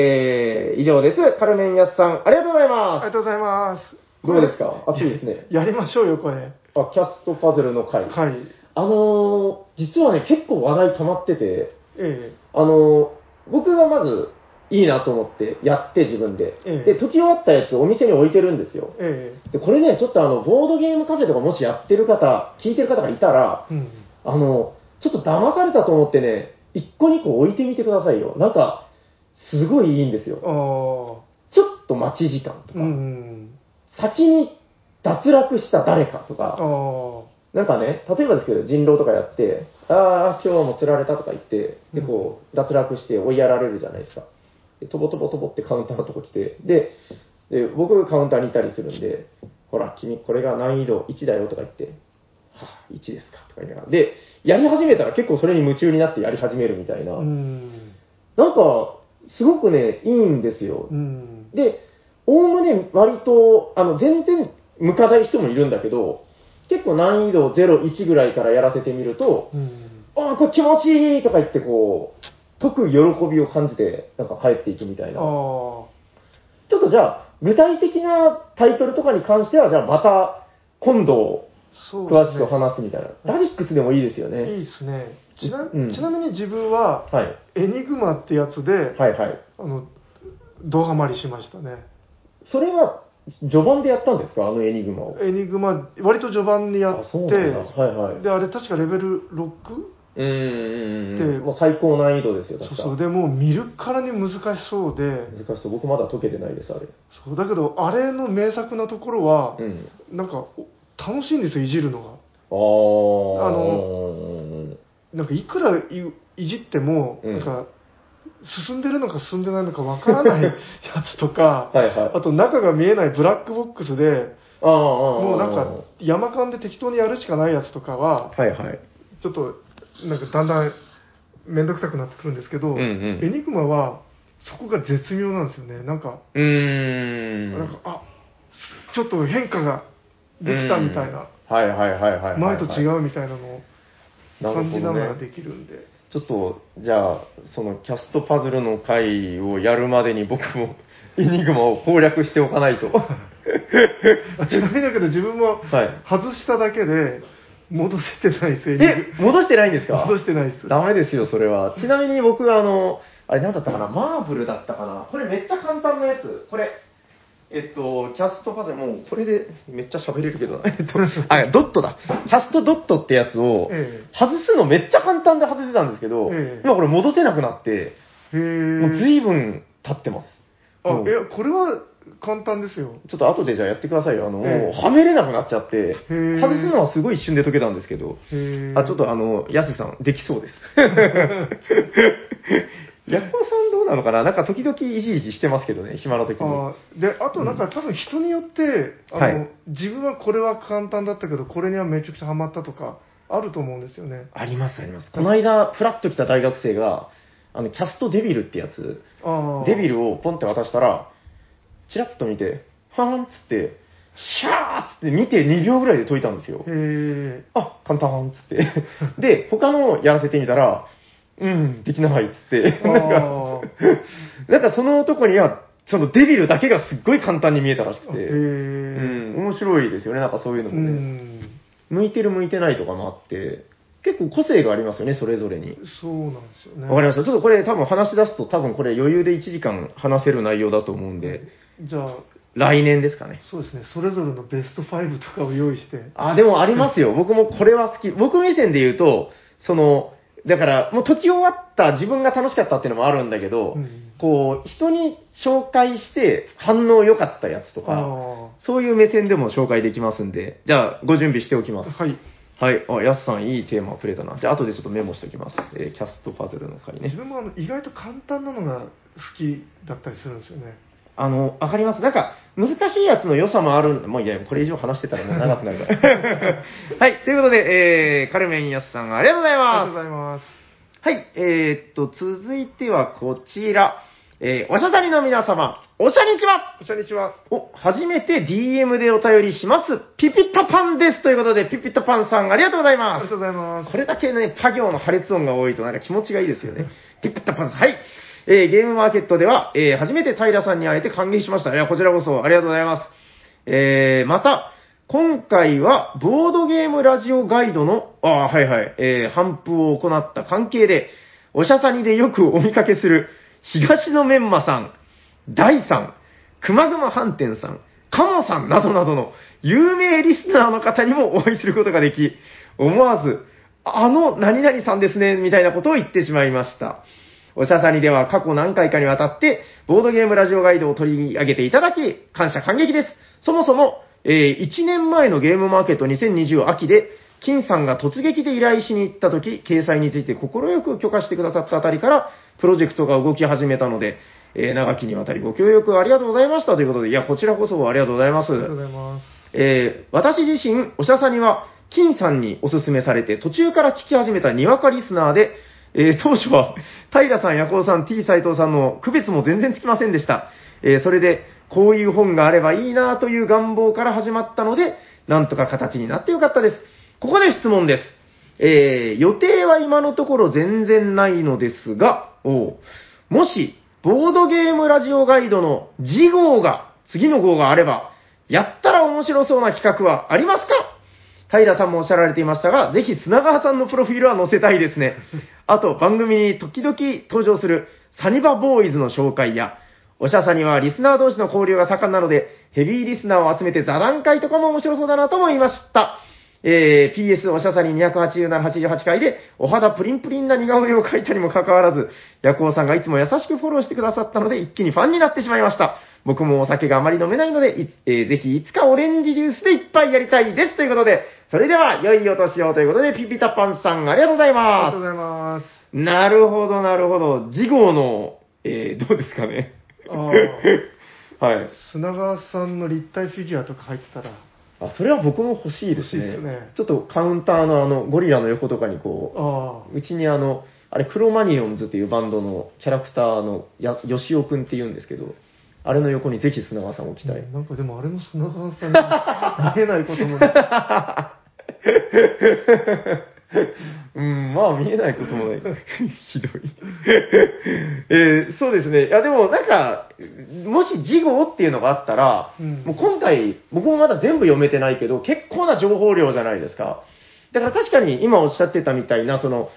えー、以上です。カルメンヤスさん、ありがとうござい
あり
ま
がとうございます。
す。どうですか熱いですね。
やりましょうよ、これ。
あ、キャストパズルの
は
会。
い。
あのー、実はね、結構話題溜まってて、
え
あのー、僕がまず、いいなと思って、やって自分で。
ええ
で、解き終わったやつお店に置いてるんですよ
え。え
で、これね、ちょっとあの、ボードゲームカフェとかもしやってる方、聞いてる方がいたら、
えうん。
あの、ちょっと騙されたと思ってね、一個二個置いてみてくださいよ。なんか、すごいいいんですよ。
あ
ちょっと待ち時間と
あ。
か、
うん。
先に脱落した誰かと
あ
か、
あ。
なんかね、例えばですけど、人狼とかやって、ああ、今日も釣られたとか言って、で、こう、脱落して追いやられるじゃないですか。で、とぼとぼとぼってカウンターのとこ来て、で、で僕カウンターにいたりするんで、ほら、君、これが難易度1だよとか言って、はあ、1ですかとか言いながら。で、やり始めたら結構それに夢中になってやり始めるみたいな。
うん。
なんか、すごくね、いいんですよ。
うん。
で、おおむね割と、あの、全然向かない人もいるんだけど、結構難易度0、1ぐらいからやらせてみると、
うん。
ああ、これ気持ちいいとか言ってこう、解く喜びを感じて、なんか帰っていくみたい
あ
な。
あ。
ちょっとじゃあ、具体的なタイトルとかに関しては、じゃあまた、今度、
そう
詳
で
し
す
く
ね。
話すみたいな。ラディックスでもいいですよ
い
ね。
いですね。ちな,、
うん
ちなみに自分は、
はい。
エニグマってやつで、
はいはい。
あの、ドハマりしましたね。
それは、序盤でやったんですかあのエニグマを。
エニグマ、割と序盤にや
あ
っ、て、
そうなんだ。はいはい。
で、あれ確かレベル 6?
うんうんうんう
で
んもう最高難易度ですよ、
そ
確
う
か。
そう。でもう見るからに難しそうで、
難しそう、僕まだ解けてないです、あれ。
そうだけど、あれの名作なところは、
うん。
なんか、お楽しいんですよ、いじるのが。
あー。
あ
の、
なんか、いくらいいじっても、
うん
なんか、進んでるのか進んでないのかわから
<laughs>
ないやつとか、
はいはい。
あと中が見えないブラックボックスで、
あーあー、
もうなんか、山間で適当にやるしかないやつとかは、
はいはい。
ちょっと、なんかだんだん面倒くさくなってくるんですけど、
うんうん
エニグマは、そこが絶妙なんですよね。なんか、
うーん。
なんか、あ、ちょっと変化ができたみたいな、
うん。はいはいはいはいはい。
前と違
う。
うみたいなのを
なる
感
ほ
じな
ど
がら
ね。
できるんで。
ちょっと、じゃあ、そのキャストパズルの回をやるまでに僕も、 <laughs> エニグマを攻略してお
<laughs>
かないと。
あちなみにだけど自分も
はい
外しただけで戻せてないです、エニグ
え、戻してないんですか
<laughs> 戻してないです。
ダメですよ、それは。ちなみに僕はあの、あれ何だったかなマーブルだったかなこれめっちゃ簡単なやつ。これ。えっと、キャストパズル、もうこれでめっちゃ喋れるけどな。 <laughs> えっと、あ、ドットだ。キャストドットってやつを
え
外すのめっちゃ簡単で外せたんですけど、
ええ
今これ戻せなくなって、
え。へ
もう
え。
随分経ってます。
あ、
もう
いや、これは簡単ですよ。
ちょっと後でじゃあやってくださいよ。あの、も
え
う
え
はめれなくなっちゃって、
へえ
外すのはすごい一瞬で解けたんですけど、
へえ。
あ、ちょっとあの、やすさん、できそ
<laughs>
うです。ヤコウさんどうなのかななんか時々いじいじしてますけどね、暇の時に。
あーであとなんか、多分人によってあの、
はい
自分はこれは簡単だったけどこれにはめちゃくちゃハマったとかあると思うんですよね
ありますあります。この間、フラッと来た大学生が、あの、キャストデビルってやつ、
ああ
デビ
ル
ルをポンって渡したら、チラッと見て、はーんっつって、シャーっつって見て2秒ぐらいで解いたんですよ。
へえ
あ、簡単っつって。で、他のやらせてみたら、うん、できないっつって、なんか、 <laughs>
あ
なんかその男には、そのデビルだけがすっごい簡単に見えたらしく
ーへ
て、う
え
ん、面白いですよね、なんかそういうの
う
もね。
ん
向いてる向いてないとかもあって、結構個性がありますよね、それぞれに。
そうなんですよね
わかりました。ちょっとこれ多分話し出すと多分これ余裕で1時間話せる内容だと思うんで、
じゃあ
来年ですかね。
そうですねそれぞれのベスト5とかを用意して
あ、でもありますよ。僕もこれは好き。僕目線で言うと、その、だから、もう解き終わった自分が楽しかったっていうのもあるんだけど、
うん
こう、人に紹介して反応良かったやつとか、
あ
そういう目線でも紹介できますんで、じゃあ、ご準備しておきま
あ。
す。
はい。
はい。あ、やすさん、いいテーマくれたな。じゃあ、後でちょっとメモしておきます。えーキャストパズルの回
自
ね。
分もあの意外と簡単なのが好きだったりするんですよね。
あの、わかります。なんか、難しいやつの良さもあるんで、もういや、これ以上話してたらもう長くなる
<laughs>
から。はい。ということで、えー、カルメンやすさん、ありがとうござい
ありが
ま
とう
す
ご。ざいます。
はい、えー、っと、続いてはこちら。えー、おしゃさりの皆様、おしゃにちは
こんにちは。
お、初めて DM でお便りします。ピピタパンですということで、ピピタパンさんありがとうござい
あり
ま
が
す
と。うございます。
これだけね、パ行の破裂音が多いとなんか気持ちがいいですよね。ピピタパンさん、はい。えー、ゲームマーケットでは、えー、初めて平さんに会えて歓迎しました。いや、こちらこそありがとうございます。えー、また、今回は、ボードゲームラジオガイドの、あーはいはい、えー、反布を行った関係で、おしゃさにでよくお見かけする、東のメンマさん、大さん、熊熊飯店さん、カモさんなどなどの有名リスナーの方にもお会いすることができ、思わず、あの何々さんですね、みたいなことを言ってしまいました。おしゃさにでは過去何回かにわたって、ボードゲームラジオガイドを取り上げていただき、感謝感激です。そもそも、え1年前のゲームマーケット2020秋で、金さんが突撃で依頼しに行った時、掲載について快く許可してくださったあたりから、プロジェクトが動き始めたので、えー長きにわたりご協力ありがとうございましたということで、いや、こちらこそありがとうございます
あ。りがとうございます。
えー私自身、おしゃさには、金さんにお勧めされて、途中から聞き始めたにわかリスナーで、えー当初は、 <laughs> 平さん、ヤコウさん、T 斎藤さんの区別も全然つきませんでした。えーそれで、こういう本があればいいなという願望から始まったので、なんとか形になってよかったです。ここで質問です。えー予定は今のところ全然ないのですが、おうもし、ボードゲームラジオガイドの次号が、次の号があれば、やったら面白そうな企画はありますか平さんもおっしゃられていましたが、ぜひ砂川さんのプロフィールは載せたいですね。あと、番組に時々登場するサニバボーイズの紹介や、おしゃさにはリスナー同士の交流が盛んなので、ヘビーリスナーを集めて座談会とかも面白そうだなと思いました。えー PS おしゃさに28788回で、お肌プリンプリンな似顔絵を描いたにもかかわらず、ヤコウさんがいつも優しくフォローしてくださったので、一気にファンになってしまいました。僕もお酒があまり飲めないので、いえーぜひいつかオレンジジュースでいっぱいやりたいです。ということで、それでは、良いお年をということで、ピピタパンさん、ありがとうござい
ありが
ま
とうございます。
す。なるほど、なるほど。次号の、えーどうですかね。
あ <laughs>
はい
あ。、砂川さんの立体フィギュアとか入ってたら、
あ、それは僕も欲しいですね。
欲しいっすね
ちょっとカウンターのあの、ゴリラの横とかにこ
あ
う、うちにあの、あれ、クロマニオンズっていうバンドのキャラクターのや、よしおくんって言うんですけど、あれの横にぜひ砂川さんを置き
あ、
たい。
なんかでもあれも砂川さん <laughs> に見えないこともね、
<laughs> うん、まあ見えないことも
<laughs>
ない。ひどい。 <laughs> えーそうですね。いや、でもなんか、もし次号っていうのがあったら、
うん
もう今回、僕もまだ全部読めてないけど、結構な情報量じゃないですか。だから確かに今おっしゃってたみたいな、その、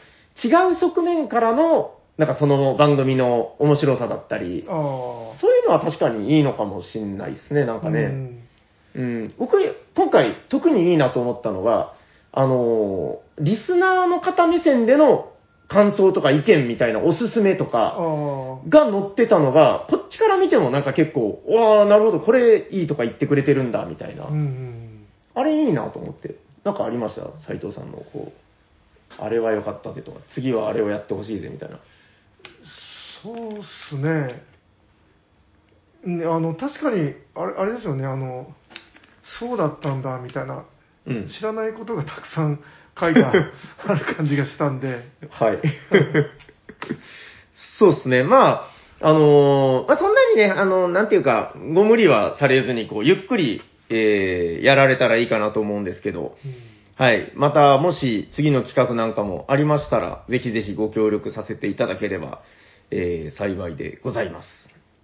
違う側面からの、なんかその番組の面白さだったり、
あ
そういうのは確かにいいのかもしんないですね、なん
あ、
かね。
うん
うん、僕、今回特にいいなと思ったのが、あのーリスナーの方目線での感想とか意見みたいなおすすめと
あ
か
あ、
が載ってたのが、こっちから見てもなんか結構、わあなるほど、これいいとか言ってくれてるんだ、みたいな。
うんうん、
あれいいなと思って。なんかありました斉藤さんの、こう、あれは良かったぜとか、次はあれをやってほしいぜ、みたいな。
そうっすね。ねあの確かにあれあれですよねあのそうだったんだみたいな
うん。
知らないことがたくさん書いてあ <laughs> るある感じがしたんで
はい。 <laughs> そうですね。まあ、あのーまあ、そんなにね、あのーなんていうか、ご無理はされずに、こう、ゆっくり、えーやられたらいいかなと思うんですけど、はい。また、もし、次の企画なんかもありましたら、ぜひぜひご協力させていただければ、えー幸いでございます。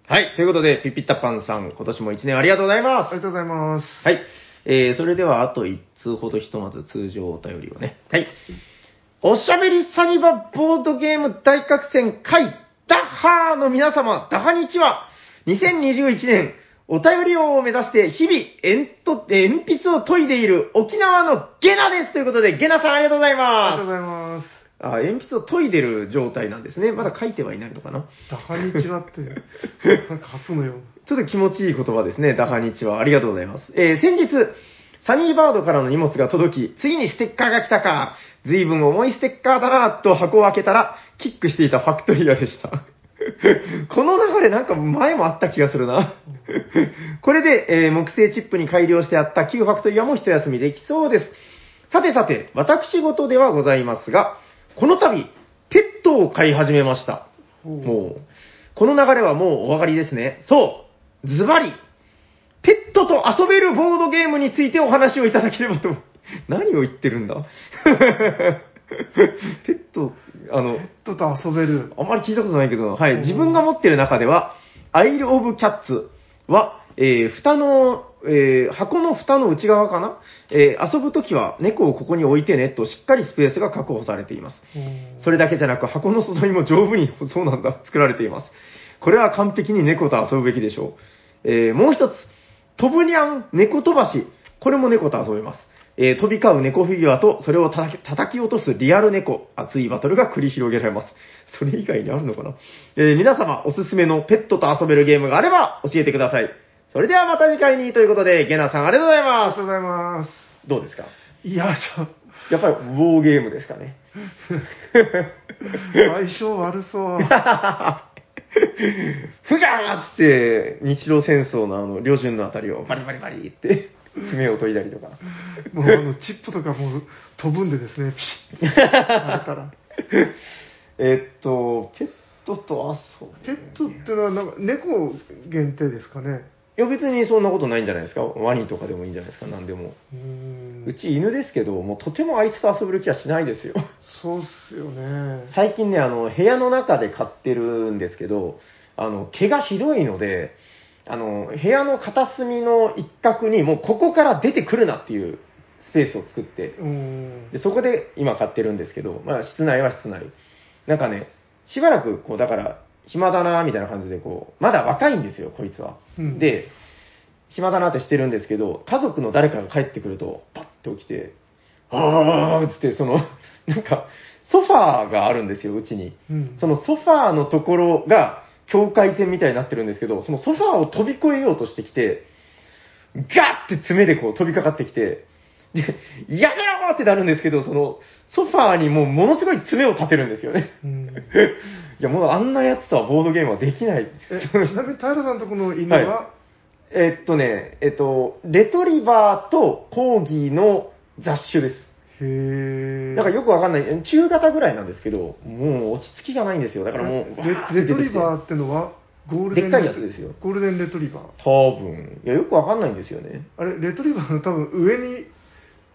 はい。ということで、ピピッタパンさん、今年も一年ありがとうございます
あり。がとうございます
はい。えー、それではあと1通ほどひとまず通常お便りをね。はい。おしゃべりサニバボードゲーム大作戦会ダッハーの皆様、ダハニチは、2021年、お便り王を目指して日々鉛と、えー鉛筆を研いでいる沖縄のゲナですということで、ゲナさんありがとうござい
ありがとう
ま
ございます
す。あ、鉛筆を研いでる状態なんですね。まだ書いてはいないのかな。
ダハニチワって、なんか発すのよ。
ちょっと気持ちいい言葉ですね。ダハニチは。ありがとうございます。えー先日、サニーバードからの荷物が届き、次にステッカーが来たか、随分重いステッカーだな、と箱を開けたら、キックしていたファクトリアでした。 <laughs> この流れなんか前もあった気がするな。 <laughs> これで、えー木製チップに改良してあった旧ファクトリアも一休みできそうです。さてさて、私事ではございますが、この度、ペットを飼い始めました。
ほう
もう、この流れはもうお分かりですね。そうズバリペットと遊べるボードゲームについてお話をいただければと思 <laughs> う。何を言ってるんだ <laughs> ペット、あの、
ペットと遊べる。
あんまり聞いたことないけど、は
う
い、
ん
自分が持ってる中では、アイル・オブ・キャッツは、えー蓋の、えー箱の蓋の内側かな、えー遊ぶときは猫をここに置いてねとしっかりスペースが確保されています。それだけじゃなく箱の外にも丈夫に、そうなんだ、 <laughs> 作られています。これは完璧に猫と遊ぶべきでしょう。えーもう一つ、飛ぶにゃん猫飛ばし。これも猫と遊べます。えー飛び交う猫フィギュアと、それを叩き叩き落とすリアル猫。熱いバトルが繰り広げられます。 <laughs> それ以外にあるのかな、えー皆様、おすすめのペットと遊べるゲームがあれば教えてください。それではまた次回にということで、ゲナさんありがとうござい
ありが
ま
とうございます。
す。どうですか
いや、ちょ
やっぱり、ウォーゲームですかね。
相性悪そう。
<laughs> ふがーっつって、日露戦争のあの、両順のあたりをバリバリバリって、爪を研いだりとか。
もうあの、チップとかもう飛ぶんでですね、ピシッ。あれ
<laughs>
から。
えっと、ペットと遊ぶ。
ペットってのはなんか猫限定ですかね。
いや別にそんなことないんじゃないですかワニとかでもいいんじゃないですか何でも。
うーん
うち犬ですけど、もうとてもあいつと遊べる気はしないですよ。 <laughs>
そうっすよね。
最近ね、あの、部屋の中で飼ってるんですけど、あの、毛がひどいので、あの、部屋の片隅の一角に、もうここから出てくるなっていうスペースを作って、
うーん
で。そこで今買ってるんですけど、まあ、室内は室内。なんかね、しばらく、こう、だから、暇だなみたいな感じで、こう、まだ若いんですよ、こいつは。
うん
で、暇だなってしてるんですけど、家族の誰かが帰ってくると、パッと起きて、あーっつって、その、なんか、ソファーがあるんですよ、うちに。
うん
そのソファーのところが境界線みたいになってるんですけど、そのソファーを飛び越えようとしてきて、ガッって爪でこう飛びかかってきて、で、やめろーってなるんですけど、その、ソファーにもうものすごい爪を立てるんですよね。
うん
いや、もうあんなやつとはボードゲームはできない。
えちなみに平さんとこの犬は、
えっとね、えっと、レトリバーとコーギーの雑種です。
へえ。
なんかよくわかんない、中型ぐらいなんですけど、もう落ち着きがないんですよ。だからもう、わーって
レレ
出
ト
て
リ
きて
バーってのはゴールデン
でっかいやつですよ
ゴールデンレトリバー
多分。いや、よくわかんないんですよね。
あれレトリバーの多分上に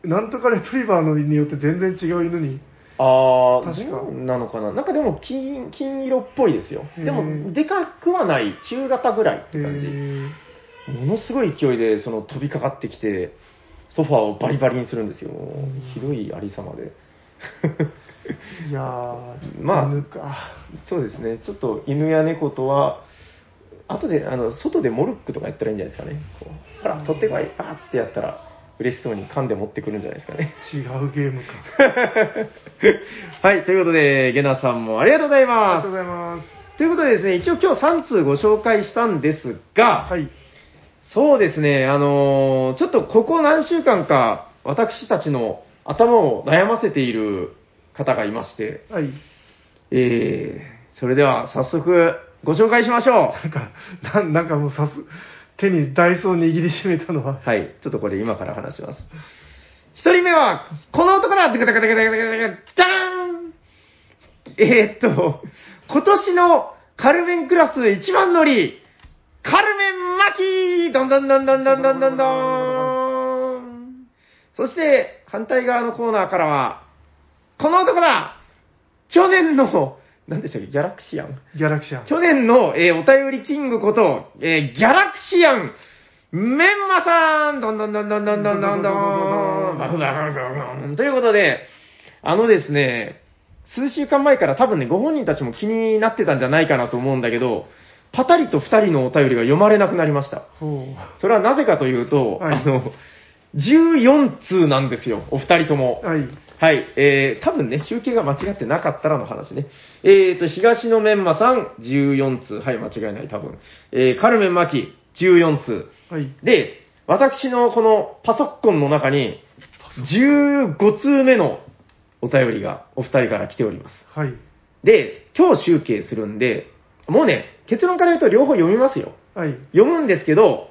なんとかレトリバーのによって全然違う犬に
ああ、
確か
どうなのかな。なんかでも金、金色っぽいですよ。で
へ
も、
ー
でかくはない、中型ぐらいって感じ。
へ
ものすごい勢いで、その、飛びかかってきて、ソファーをバリバリにするんですよ。もう
うん
ひどいありさま
<laughs>
で。
えいやー
まあ
犬か
そうですね。ちょっと、犬や猫とは、後で、あの、外でモルックとかやったらいいんじゃないですかね。こう、ほら、取ってこい、あーってやったら、嬉しそうに噛んで持ってくるんじゃないです
<laughs>
かね。
違うゲームか
はい、ということで、ゲナさんもありがとうござい
あり
ま
が
す
とう。ございます
ということでですね、一応今日3通ご紹介したんですが、
はい
そうですね、あのーちょっとここ何週間か、私たちの頭を悩ませている方がいまして、
はい
えー、それでは早速ご紹介しましょ
なんかなんなんかもうさす手にダイソー握りしめたのは
う。はい、ちょっとこれ今から話します。一人目は、この男だドクドクドクドクドクドクじゃーんえー、っと、今年のカルメンクラス一番乗り、カルメンマキーどんどんどんどんどんどんどんどーんそして、反対側のコーナーからは、この男だ去年の、何でしたっけギャラクシアン
ギャラクシアン
去年の、えーお便りキングこと、えーギャラクシアン、メンマさんどんどんどんどんどんどんどんどんバフバフバフということで、あのですね、数週間前から多分ね、ご本人たちも気になってたんじゃないかなと思うんだけど、パタリと二人のお便りが読まれなくなりました。
ほ
それはなぜかというと、
はい
あの、 14通なんですよ、お二人とも。
はい。
はい、えー、多分ね、集計が間違ってなかったらの話ね。えーと、東のメンマさん、14通。はい、間違いない、多分。えー、カルメンマキ、14通。
はい。
で、私のこのパソコンの中に、15通目のお便りがお二人から来ております。
はい。
で、今日集計するんで、もうね、結論から言うと両方読みますよ。
はい。
読むんですけど、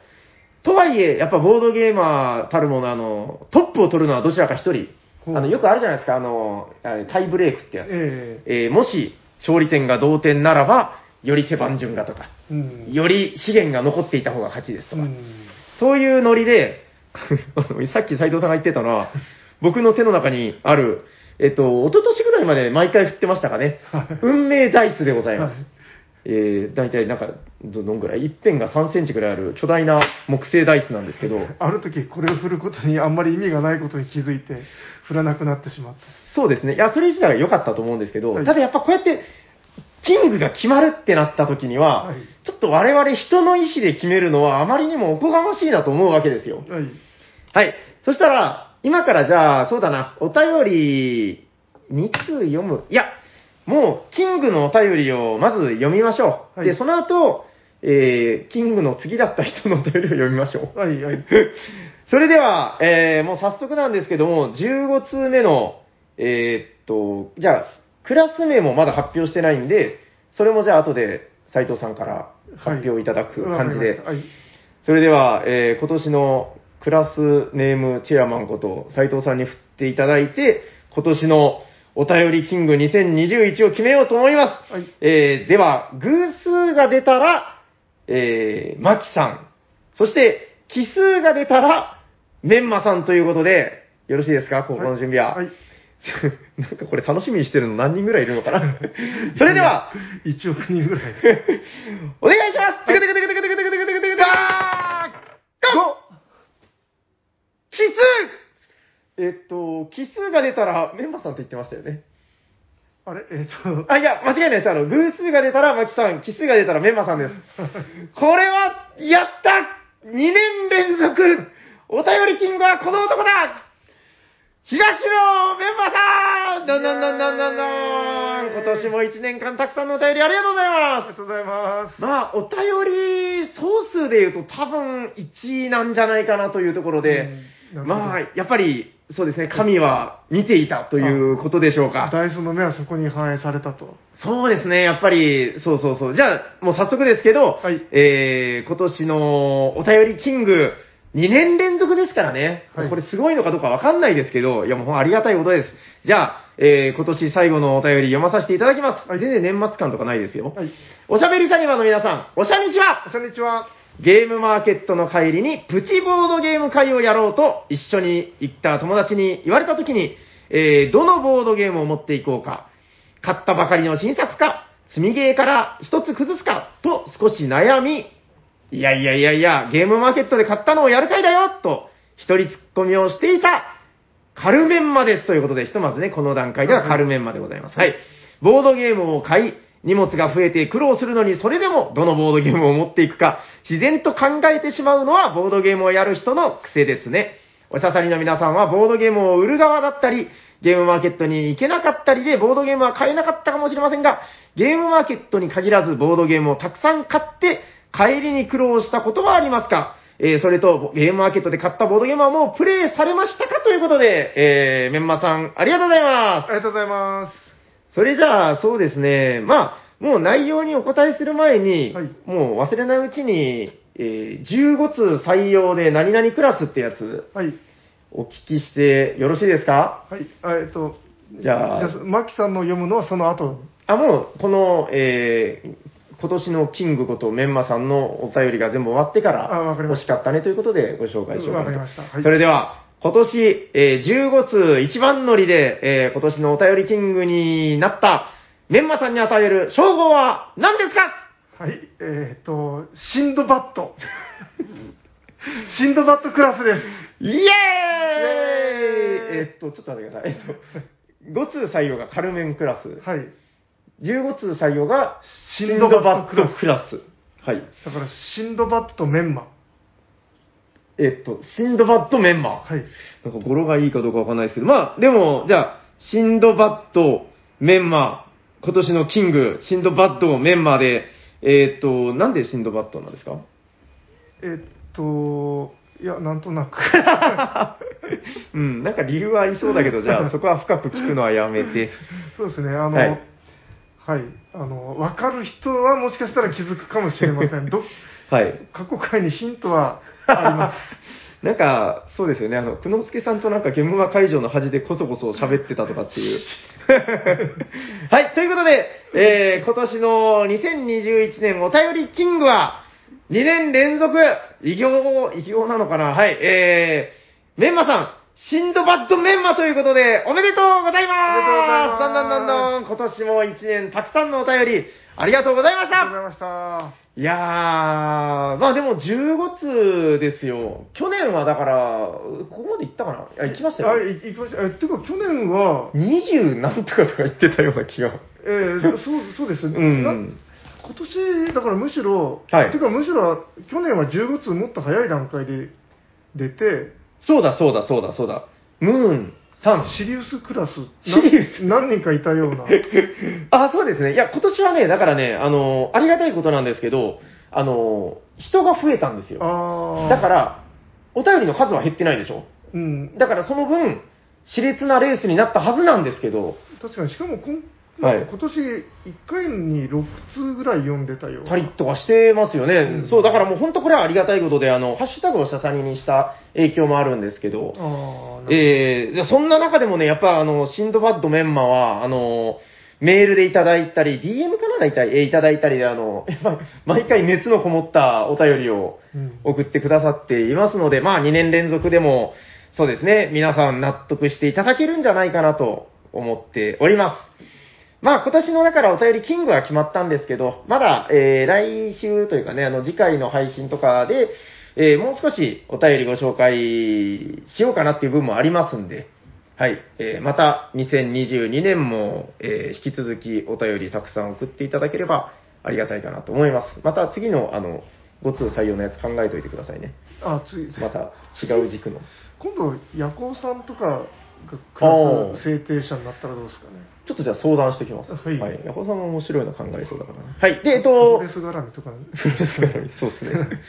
とはいえ、やっぱボードゲーマーたるもの、あの、トップを取るのはどちらか一人。
ほう
あの、よくあるじゃないですか、あの、あれタイブレイクってやつ。
え
えーもし、勝利点が同点ならば、より手番順がとか、
えうん。
より資源が残っていた方が勝ちですと
う
か、
ん。
そういうノリで、 <laughs> さっき斉藤さんが言ってたのは、僕の手の中にある、えっと、一昨年ぐらいまで毎回振ってましたかね
はい。
運命ダイスでございま
は
す
い。
えー、大体なんか、ど、どんぐらい一辺が3センチぐらいある巨大な木製ダイスなんですけど、
ある時これを振ることにあんまり意味がないことに気づいて、振らなくなってしまった。
そうですね。いや、それ自体が良かったと思うんですけど、
はい
ただやっぱこうやって、キングが決まるってなった時には、
はい
ちょっと我々人の意思で決めるのはあまりにもおこがましいなと思うわけですよ。
はい。
はい。そしたら、今からじゃあ、そうだな、お便り、2通読む。いや、もう、キングのお便りをまず読みましょう。
はい
で、その後、えー、キングの次だった人のお便りを読みましょう。
はい。はい。
それでは、えー、もう早速なんですけども、15通目の、えーっと、じゃあ、クラス名もまだ発表してないんで、それもじゃあ後で斉藤さんから発表いただく感じで、
わかりまし
それでは、えー今年のクラスネームチェアマンこと斉藤さんに振っていただいて、今年のお便りキング2021を決めようと思います。
はい
えーでは、偶数が出たら、えー、マキさん。そして、奇数が出たら、メンマさんということで、よろしいですかここの準備は。
はい
<laughs> なんかこれ楽しみにしてるの何人ぐらいいるのかな <laughs> それで
<laughs>
は、
はい。1億人ぐらい。
お願いしますテクテクテクテクテクテクテクテクテクテク奇数えっと、奇数が出たら、メンマさんと言ってましたよね。
あれ <laughs> えっと、
あ、いや、間違いないです。あの、偶数が出たら、マキさん、奇数が出たら、メンマさんです。これは、やった !2 年連続お便りキングはこの男だ東野メンバーさんどんどんどんどんどんどん今年も1年間たくさんのお便りありがとうござい
あり
ます
がとうございます。
まあ、お便り総数で言うと多分1位なんじゃないかなというところで、
うんなるほど
まあ、やっぱり、そうですね、神は見ていたということでしょうか。
ダイソーの目はそこに反映されたと。
そうですね、やっぱり、そうそうそう。じゃあ、もう早速ですけど、
はい
えー、今年のお便りキング、2年連続ですからね。
はい
これすごいのかどうかわかんないですけど、いやもうありがたいことです。じゃあ、えー、今年最後のお便り読まさせていただきます。全然年末感とかないですよ。
はい。
おしゃべりサニバの皆さん、おしゃにちは
こんにちは。
ゲームマーケットの帰りにプチボードゲーム会をやろうと一緒に行った友達に言われた時に、えーどのボードゲームを持っていこうか、買ったばかりの新作か、積みゲーから一つ崩すかと少し悩み、いやいやいやいや、ゲームマーケットで買ったのをやる会だよと一人ツッコミをしていたカルメンマですということで、ひとまずね、この段階ではカルメンマでございます。はい。ボードゲームを買い、荷物が増えて苦労するのに、それでもどのボードゲームを持っていくか、自然と考えてしまうのはボードゲームをやる人の癖ですね。おしゃさりの皆さんはボードゲームを売る側だったり、ゲームマーケットに行けなかったりで、ボードゲームは買えなかったかもしれませんが、ゲームマーケットに限らず、ボードゲームをたくさん買って、帰りに苦労したことはありますかえーそれと、ゲームマーケットで買ったボードゲームはもうプレイされましたかということで、えー、メンマさん、ありがとうございま
ありがとうございます。
す。それじゃあ、そうですね、まあ、もう内容にお答えする前に、
はい
もう忘れないうちに、えー15通採用で何々クラスってやつ、
はい。
お聞きしてよろしいですか
はい。あえっと、
じゃあ
じゃあ、マキさんの読むのはその後。
あ、もう、この、えー今年のキングことメンマさんのお便りが全部終わってから、
あわかりま
惜
し
しかったねということでご紹介しようかな
わ
と。
かりましたはい
それでは、今年、えー15通一番乗りで、えー今年のお便りキングになった、メンマさんに与える称号は何ですか
はい。えっと、シンドバッド。シンドバッドクラスです。
イエーイ
イエーイ
えーっと、ちょっと待ってください。えっと、5通採 <laughs> 用がカルメンクラス。
はい。
15通採用が
シンドバッドクラス
シンドバッドクラス。はい。
だから、シンドバッドとメンマ。
えっと、シンドバッドメンマー。
はい。
なんか語呂がいいかどうかわかんないですけど、まあ、でも、じゃあ、シンドバッド、メンマー、今年のキング、シンドバッド、メンマーで、えーっと、なんでシンドバッドなんですか
えっと、いや、なんとなく。 <laughs>
うん、なんか理由はありそうだけど、じゃあ、そこは深く聞くのはやめて。
そうですね、あの、
は
はいい、あの、わかる人はもしかしたら気づくかもしれませ
<laughs>
ん。ど、
はい。
過去回にヒントはあり
<laughs>
ます。
なんか、そうですよね、あの、久之助さんとなんか、ゲームマ会場の端でこそこそ喋ってたとかっていう。はい、ということで、えー、今年の2021年お便りキングは、2年連続、異業、異業なのかなはい、えー、メンマさん、シンドバッドメンマということで、おめでとう
おめでとうご
ございます
ざいます
だんだんだんだん、今年も1年たくさんのお便り、ありがとうございまし
あ
た
りがとうございました。
いやー、まあでも15通ですよ。去年はだから、ここまで行ったかないや、行きました
あ
よ。
い行きました。え、てか、去年は、
20何とかとか言ってたような気が。
え
<laughs>
ー、そそうそうです、
うん
な今年、だからむしろ、
はい
てかむしろ、去年は15通もっと早い段階で出て、
そうだそうだそうだそうだ。ムーン3。
シリウスクラス、
シリウス
何何人かいたよう
<laughs>
な。
あ、そうですね。いや、今年はね、だからね、あの、ありがたいことなんですけど、あの、人が増えたんですよ。
あー
だか、ら、お便りの数は減ってないでしょ。
うん、
だからその分、熾烈なレースになったはずなんですけど、
確かに、しかもこん、
はい
なんか今年1回に6通ぐらい読んでたような。
パリッとかしてますよね、
うん
そう、だからもう本当これはありがたいことで、あの、ハッシュタグをささににした影響もあるんですけど、
あー
えー、じゃあそんな中でもね、やっぱあの、シンドバッドメンマは、あの、メールでいただいたり、DM かな大体、えーいただいたりで、あの、やっぱ毎回熱のこもったお便りを
うん
送ってくださっていますので、まあ2年連続でも、そうですね、皆さん納得していただけるんじゃないかなと思っております。まあ今年のだからお便りキングは決まったんですけど、まだ、えー来週というかね、あの次回の配信とかで、えーもう少しお便りご紹介しようかなっていう部分もありますんで、はい、えーまた2022年も、えー引き続きお便りたくさん送っていただければありがたいかなと思います。また次のあの、5通採用のやつ考えておいてくださいね。
あつい
また違う軸の。
今度、夜行さんとかが
あー
クラス制定者になったらどうですかね。
ちょっとじゃあ相談しておきます。
はい
はい。ヤホさんも面白いの考えそうだからな。はい。で、えっ
プロ
と
レ、ス絡みとか、
プロレス絡みそうですね。 <laughs>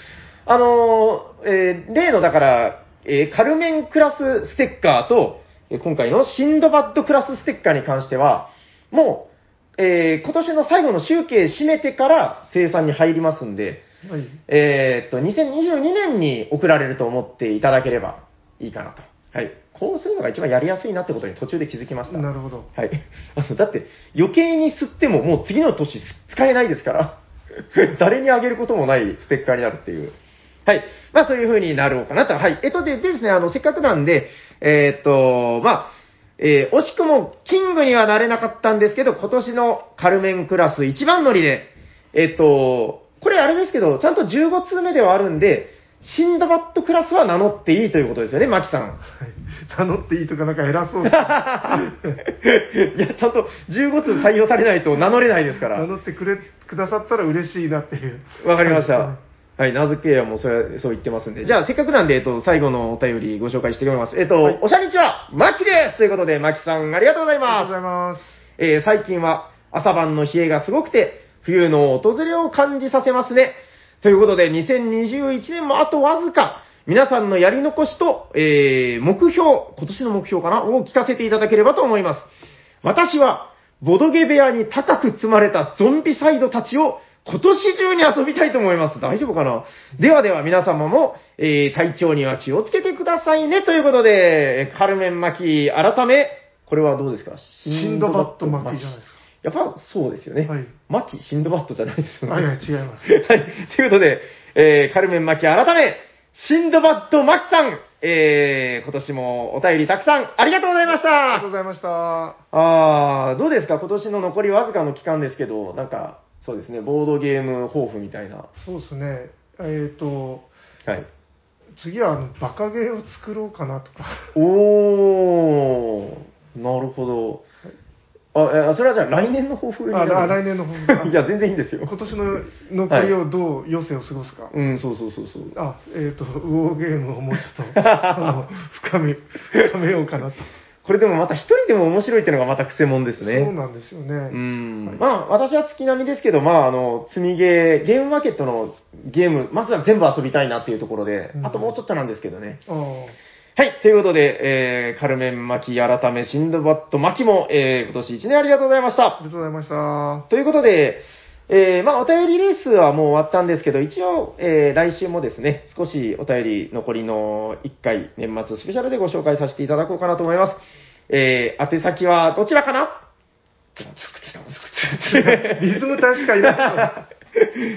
あのー、えー例のだから、えーカルメンクラスステッカーと、えー今回のシンドバッドクラスステッカーに関しては、もう、えー今年の最後の集計締めてから生産に入りますんで、
はい、
えーっと、2022年に送られると思っていただければいいかなと。はい。こうするのが一番やりやすいなってことに途中で気づきました。
なるほど。
はい。あの、だって、余計に吸ってももう次の年使えないですから、 <laughs> 誰にあげることもないステッカーになるっていう。はい。まあそういう風になろうかなと。はい。えっと、ででですね、あの、せっかくなんで、えーっと、まあ、えー惜しくもキングにはなれなかったんですけど、今年のカルメンクラス一番乗りで、えーっと、これあれですけど、ちゃんと15通目ではあるんで、シンドバッドクラスは名乗っていいということですよね、マキさん。
はい、名乗っていいとか、なんか偉そうです
いや、ちゃんと15通採用されないと名乗れないですか
名
ら。
乗ってくれくださったら嬉しいなっていう。
わかりま
<laughs>
した
は。
はい、名付け親もそうそう言ってますんで。じゃあ、せっかくなんで、えっと、最後のお便りご紹介しております。えっと、
はい
おしゃにちは、マキですということで、マキさん、ありがとうござい
ありがとうご
ます
ざ。います。
えー最近は朝晩の冷えがすごくて、冬の訪れを感じさせますね。ということで、2021年もあとわずか、皆さんのやり残しと、えー目標、今年の目標かなを聞かせていただければと思います。私は、ボドゲ部屋に高く積まれたゾンビサイドたちを今年中に遊びたいと思います。大丈夫かなではでは皆様も、えー体調には気をつけてくださいね。ということで、カルメン巻き、改め、これはどうですか
シンドバッド巻きじゃないです
やっぱそうですよね。
はい
マキ、シンドバッドじゃないです
か。
よね。
はい、
は。
はいい、違います。
ということで、えー、カルメンマキ改め、シンドバッドマキさん、えー、今年もお便りたくさんありがとうございまし
ありがとうご
た。
ざいました。
あー、どうですか今年の残りわずかの期間ですけど、なんか、そうですね、ボードゲーム抱負みたいな。は
そうですね。えっ、と、
い。
次はあのバカゲーを作ろうかなとか。
おー、なるほど。あ、えそれはじゃあ来年の抱負になる
ああ来年の抱負
<laughs> いや、全然いいんですよ。
今年の残りをどう余生を過ごすか。
うん、そうそうそうそう。
あ、えっ、と、ウォーゲームをもう
<laughs>
ちょっと、あの、深め、深めようかなと。
これでもまた一人でも面白いっていうのがまたクセモンですね。
そうなんですよね。
うん
はい
まあ、私は月並みですけど、まあ、あの、積みゲー、ゲームマーケットのゲーム、まずは全部遊びたいなっていうところで、
うん
あともうちょっとなんですけどね。
ああ。
はい、ということで、えー、カルメン巻き改めシンドバッド巻きも、えー、今年1年ありがとうございまし
あ
た。
りがとうございました。
ということで、えー、まあ、お便りレースはもう終わったんですけど、一応、えー、来週もですね、少しお便り残りの1回、年末スペシャルでご紹介させていただこうかなと思います。えー、宛先はどちらかな
リズム確かにな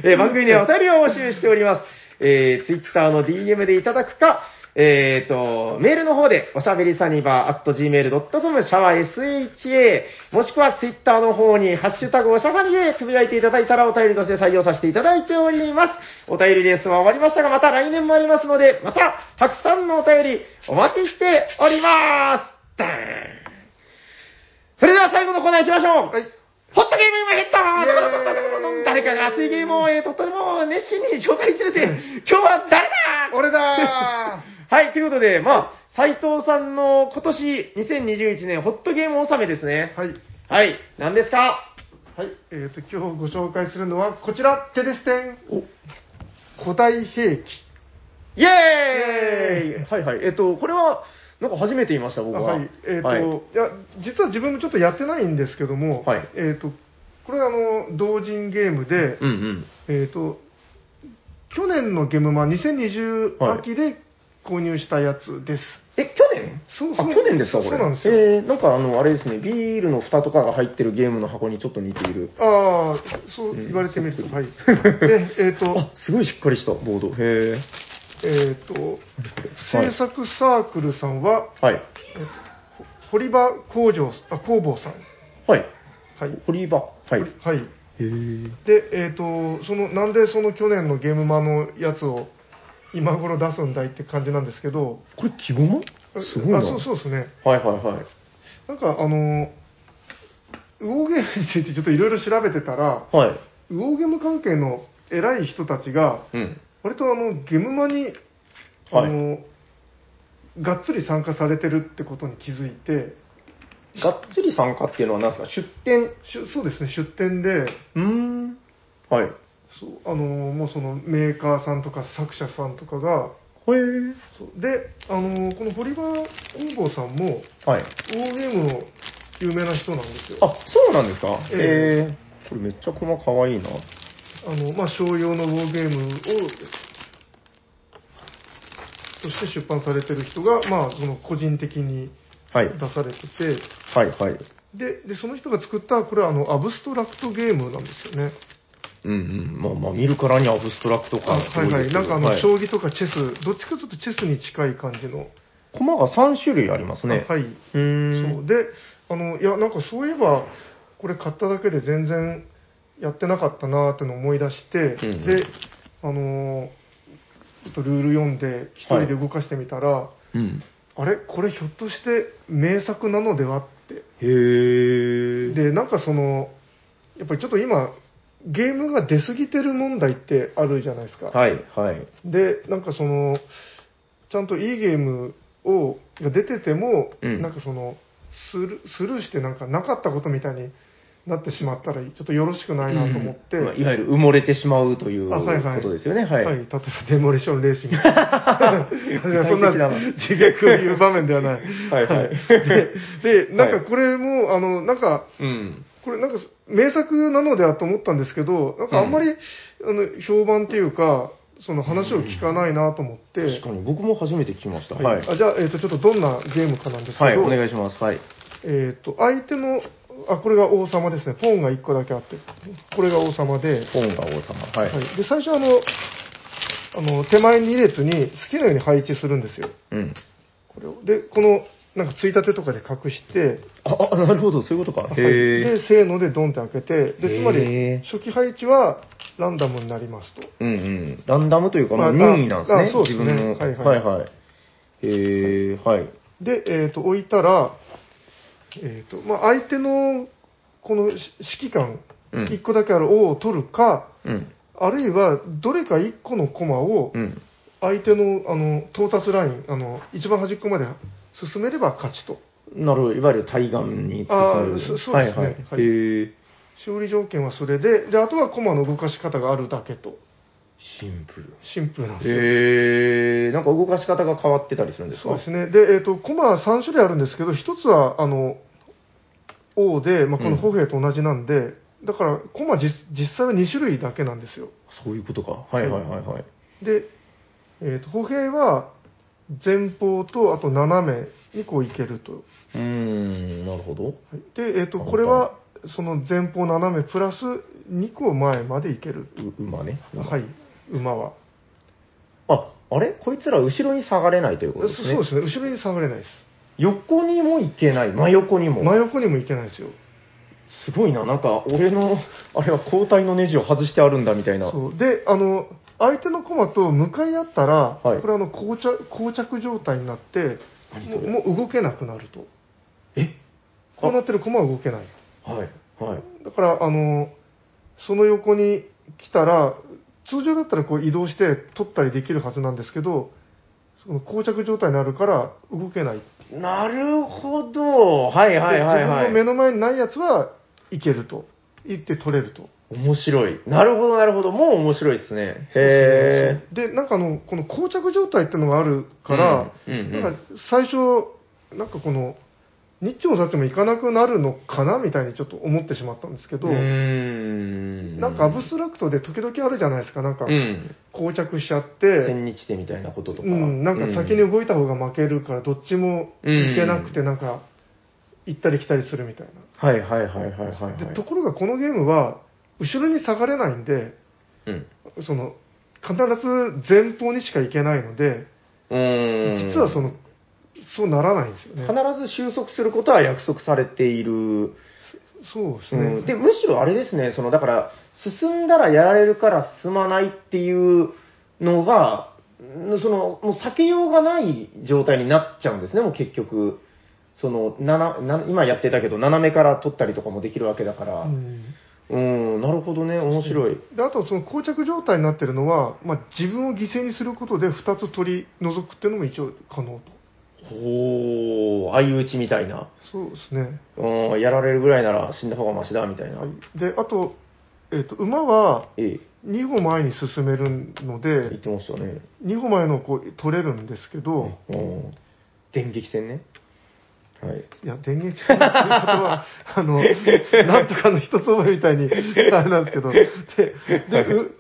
えー番組ではお便りを募集しております。えー、ツイッターの DM でいただくか、えー、と、メールの方で、おしゃべりサニバー .gmail.com、シャワー SHA、もしくはツイッターの方に、ハッシュタグおしゃがりでつぶやいていただいたらお便りとして採用させていただいております。お便りレースは終わりましたが、また来年もありますので、また、たくさんのお便り、お待ちしております。ダーンそれでは最後のコーナー行きましょう。ホットゲーム今ゲット
イエーイ
誰かが熱いゲームを、えーととても熱心に紹介してるぜ今日は誰だ
俺だ
はい、ということで、まあ、斎藤さんの今年2021年ホットゲーム納めですね。
<laughs> はい。
はい、何ですか
はい。えっ、と、今日ご紹介するのは、こちら、テレステン
お
古代兵器。イ
イエー
エーイ
イはいはい、えっと、これは、なんか初めて言いました、僕
あ
は。
はい。えっ、と、、
はいい
や、実は自分もちょっとやってないんですけども、
はい
えっ、と、これはあの、同人ゲームで、
うんうん。
えっ、と、去年のゲームマン2020
はい
秋で購入したやつです。
え、去年
そう
あ
そう
去年ですか、これ。
そうなんですよ
えー、なんかあの、あれですね、ビールの蓋とかが入ってるゲームの箱にちょっと似ている。
ああ、そう言われてみると、
<laughs>
はい。で、えっ、と
あ、、すごいしっかりしたボード。へえ。
えっ、と、
は
制
い
作サークルさんは、
はい。
堀場工場、あ、工房さん。
はい。
はい。
堀場。はい。へ
はい。
え。
で、えっ、と、その、なんでその去年のゲームマのやつを今頃出すんだいって感じなんですけど、
これ、木駒
あ
すごいな。
あ、そうそうですね。
はいはいはい。
なんか、あの、ウォーゲームについてちょっといろいろ調べてたら、
はい。
ウォーゲーム関係の偉い人たちが、
うん。
割とあの、ゲームマに、あの、がっつり参加されてるってことに気づいて、
がっつり参加っていうのは何ですか出店
しゅそうですね、出店で、
うーん。はい。へ
そうあのもうそのメーカーさんとか作者さんとかが
え。
そうで、あのこの堀場工房さんも
はい。
ウォーゲームの有名な人なんですよ
あ、そうなんですか
え
ええ。これめっちゃ駒かわいいな。
あの、まあ、商用のウォーゲームをとして出版されてる人が、まあ、その個人的に
はい。
出されてて、
はいはい。
ででその人が作ったこれはあのアブストラクトゲームなんですよね
うんうん。まあまあ、見るからにアブストラクト
あ
感すご
はい
い
は
で
い
す
な
けど
んかあの、
はい
将棋とかチェスどっちかちょっとチェスに近い感じの、
駒が3種類ありますね。
あはい
うーん。
そうであのいやなんかそういえばこれ買っただけで全然やってなかったなーってのを思い出して、
うんうん
であのーちょっとルール読んで一人で動かしてみたら、
うん。
あれこれひょっとして名作なのではって
へえ。
でなんかそのやっぱりちょっと今ゲームが出過ぎてる問題ってあるじゃないですか、
はいはい。
でなんかそのちゃんといいゲームをが出てても、
うん
なんかそのスルスルーしてなんかなかったことみたいになってしまったらちょっとよろしくないなと思って、
うんまあいわゆる埋もれてしまうという
あはいはい
ことですよね。はい。
はい例えばデモレーションレー
<laughs>
シングいやそんな
具体的だな
自虐を言う場面では
<laughs>
ない
はいはい
ででなんかこれも、あのなんか
うん。
これなんか名作なのではと思ったんですけどなんかあんまり、あの評判っていうかその話を聞かないなと思って、
確かに僕も初めて聞きました。は。
はいい、あじゃあ、えー、とちょっとどんなゲームかなんですけど、
はい、お願いします。はい。
えー、と相手のあこれが王様ですねポンが1個だけあってこれが王様で,、
ポンが王様。はい。
はい、で最初あのあの手前2列に好きなように配置するんですよ
うん。
これをでこのなんかついたてとかで隠して、
あ、あ、なるほど、そういうこと
は
か。
い、
へえ。
でせーのでドンって開けてでつま
へ
り
ー
初期配置はランダムになりますと
うんうん。ランダムというか、まあ、
まあ
任意なんですね
あ。そうで
自
すね
分の。
はいはい
はい。へえ、はい。
で、えー、と置いたら、えーとまあ、相手のこのし指揮官、
うん
1個だけある王を取るか、
うん。
あるいはどれか1個の駒を
うん。
相手のあの到達ラインあの、一番端っこまで進めれば勝ちと、
なるほど、いわゆる対岸に進む。
あーそそうですね
はいは
はい
い。へえ。
勝利条件はそれで、であとは駒の動かし方があるだけと、
シンプル。
シンプルなんですよ。
へえ。なんか動かし方が変わってたりするんですか
そうですね。で、えっ、と、コマは3種類あるんですけど、一つは、あの、王で、まあ、この歩兵と同じなんで、だから、コマ実実際は2種類だけなんですよ。
そういうことか。はいはいはいはい。
で、えっ、と、歩兵は、前方と、あと斜めにこう行けると。は
うーん、なるほど。
いで、えっ、と、これは、その前方斜めプラス2個前まで行ける。
う馬ね。
はい、馬は。
あ、あれこいつら後ろに下がれないということですね。
そうですね。後ろに下がれないです。
横にも行けない。真横にも。
真横にも行けないですよ。
すごいな。なんか、俺の、あれは交代のネジを外してあるんだみたいな。
そうであの相手の駒と向かい合ったら、
はい
これあの膠着膠着状態になって
何それ
もうもう動けなくなると
え
こうなってる駒は動けない
はい。はい。
だからあのその横に来たら通常だったらこう移動して取ったりできるはずなんですけどその膠着状態になるから動けない、
なるほど。はいはいはいは
で自分の目の前
い。
にないやつはいけると言って取れると
面白い。なるほどなるほど。もう面白いですね。へえ。
でなんかあのこの膠着状態っていうのがあるから、
うんうんうん
なんか最初なんかこの日っちもさっちも行かなくなるのかなみたいにちょっと思ってしまったんですけど、
うーん。
なんかアブストラクトで時々あるじゃないですかなんか
うん。
膠着しちゃっ
千
て、
日手みたいなことと
う
か。
ん、なんか先に動いた方が負けるからどっちも行けなく
う
てなんか行ったり来たりするみたい
はいはいはいはいはい、はい
なでところがこのゲームは後ろに下がれないんで
うん。
その必ず前方にしか行けないので
うーん
実はそのそうならないんですよね
必ず収束することは約束されている。
そうです
う
ね、
ん、で、むしろあれですね、その、だから、進んだらやられるから進まないっていうのが、んその、もう避けようがない状態になっちゃうんですね、もう結局。その、なな、な今やってたけど、斜めから取ったりとかもできるわけだから。
う
うん、
ん
なるほどね、面白い。
であとその膠着状態になってるのは、まあ、自分を犠牲にすることで2つ取り除くっていうのも一応可能と
ほー、相打ちみたいな。
そうですね、
うん、やられるぐらいなら死んだ方がマシだ、みたいな。
はい、であと,、えー、と馬は
ええ、
2歩前に進めるの
言っ
で
てましたね。
2歩前のをこう取れるんですけど、
うん電撃戦ね。はい。
いや電撃戦っていうことは <laughs> あのなんとかの一つ覚えみたいにあれなんですけどででう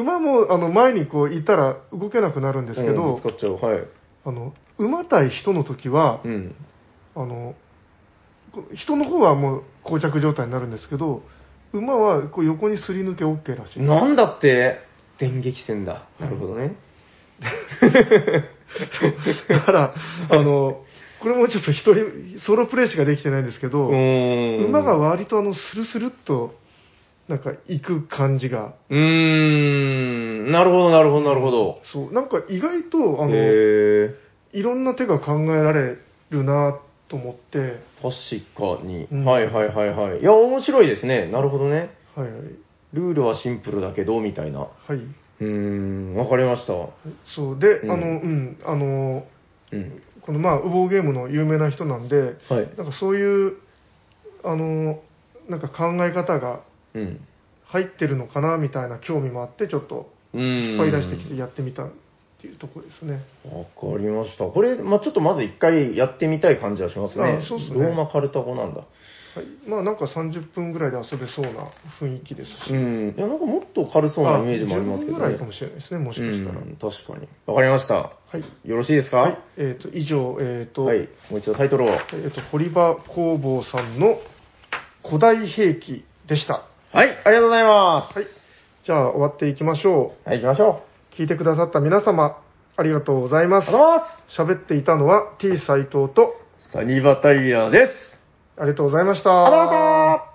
馬もあの前にこういたら動けなくなるんですけ
うん
ど、
ぶつかっちゃう。はい。
あの馬対人の時は、
うん。
あのこ人の方はもう膠着状態になるんですけど馬はこう横にすり抜け OK らしい <laughs> で
なんだって電撃戦だ。なるほどね。
だからあのこれもちょっと一人ソロプレイしかできてないんですけ
う
ど、
ーん。
馬が割とあのスルスルっとなんか行く感じが
うーん。なるほど、なるほど、なるほど。
そうなんか意外とあの、
へー。
いろんな手が考えられるなと思って、
確かに、
うん
はいはいはいはい。いや、面白いですね。なるほどね。
はいはい
ルールはシンプルだけど、みたいな。
はいう
ーん、わかりました。う
そうで、
うん
あのうんあの
ん。
このまあ羽毛ゲームの有名な人なんで
はい。
なんかそういう、あの、なんか考え方が
うん。
入ってるのかなみたいな興味もあって、ちょっと
うーん。
引っ張り出してきてやってみたっていうところですね。
わかりました。これ、まあ、ちょっとまず一回やってみたい感じはしますね。
あそうっすね
ローマ・カルタゴなんだ。
はい、まあなんか30分ぐらいで遊べそうな雰囲気ですし。
うん。いや、なんかもっと軽そうなイメージもありますけ
10分
ど
ぐら
ね。
いかもしれないですね、もしかしたら。
うん、確かに。わかりました。
はい。
よろしいですかはい。
えっ、と、以上、えっ、と、えっ、
もう一度タイトルを。
と、堀場工房さんの古代兵器でした。
はい、ありがとうございます。
はい。じゃあ終わっていきましょ
はい、行きましょ
う。聞いてくださった皆様、ありがとうございま
う。あ
す
りがとう。ございま
喋っていたのは T 斎藤と
す。サニバタイヤです。
ありがとうございました。
ありがとうございました。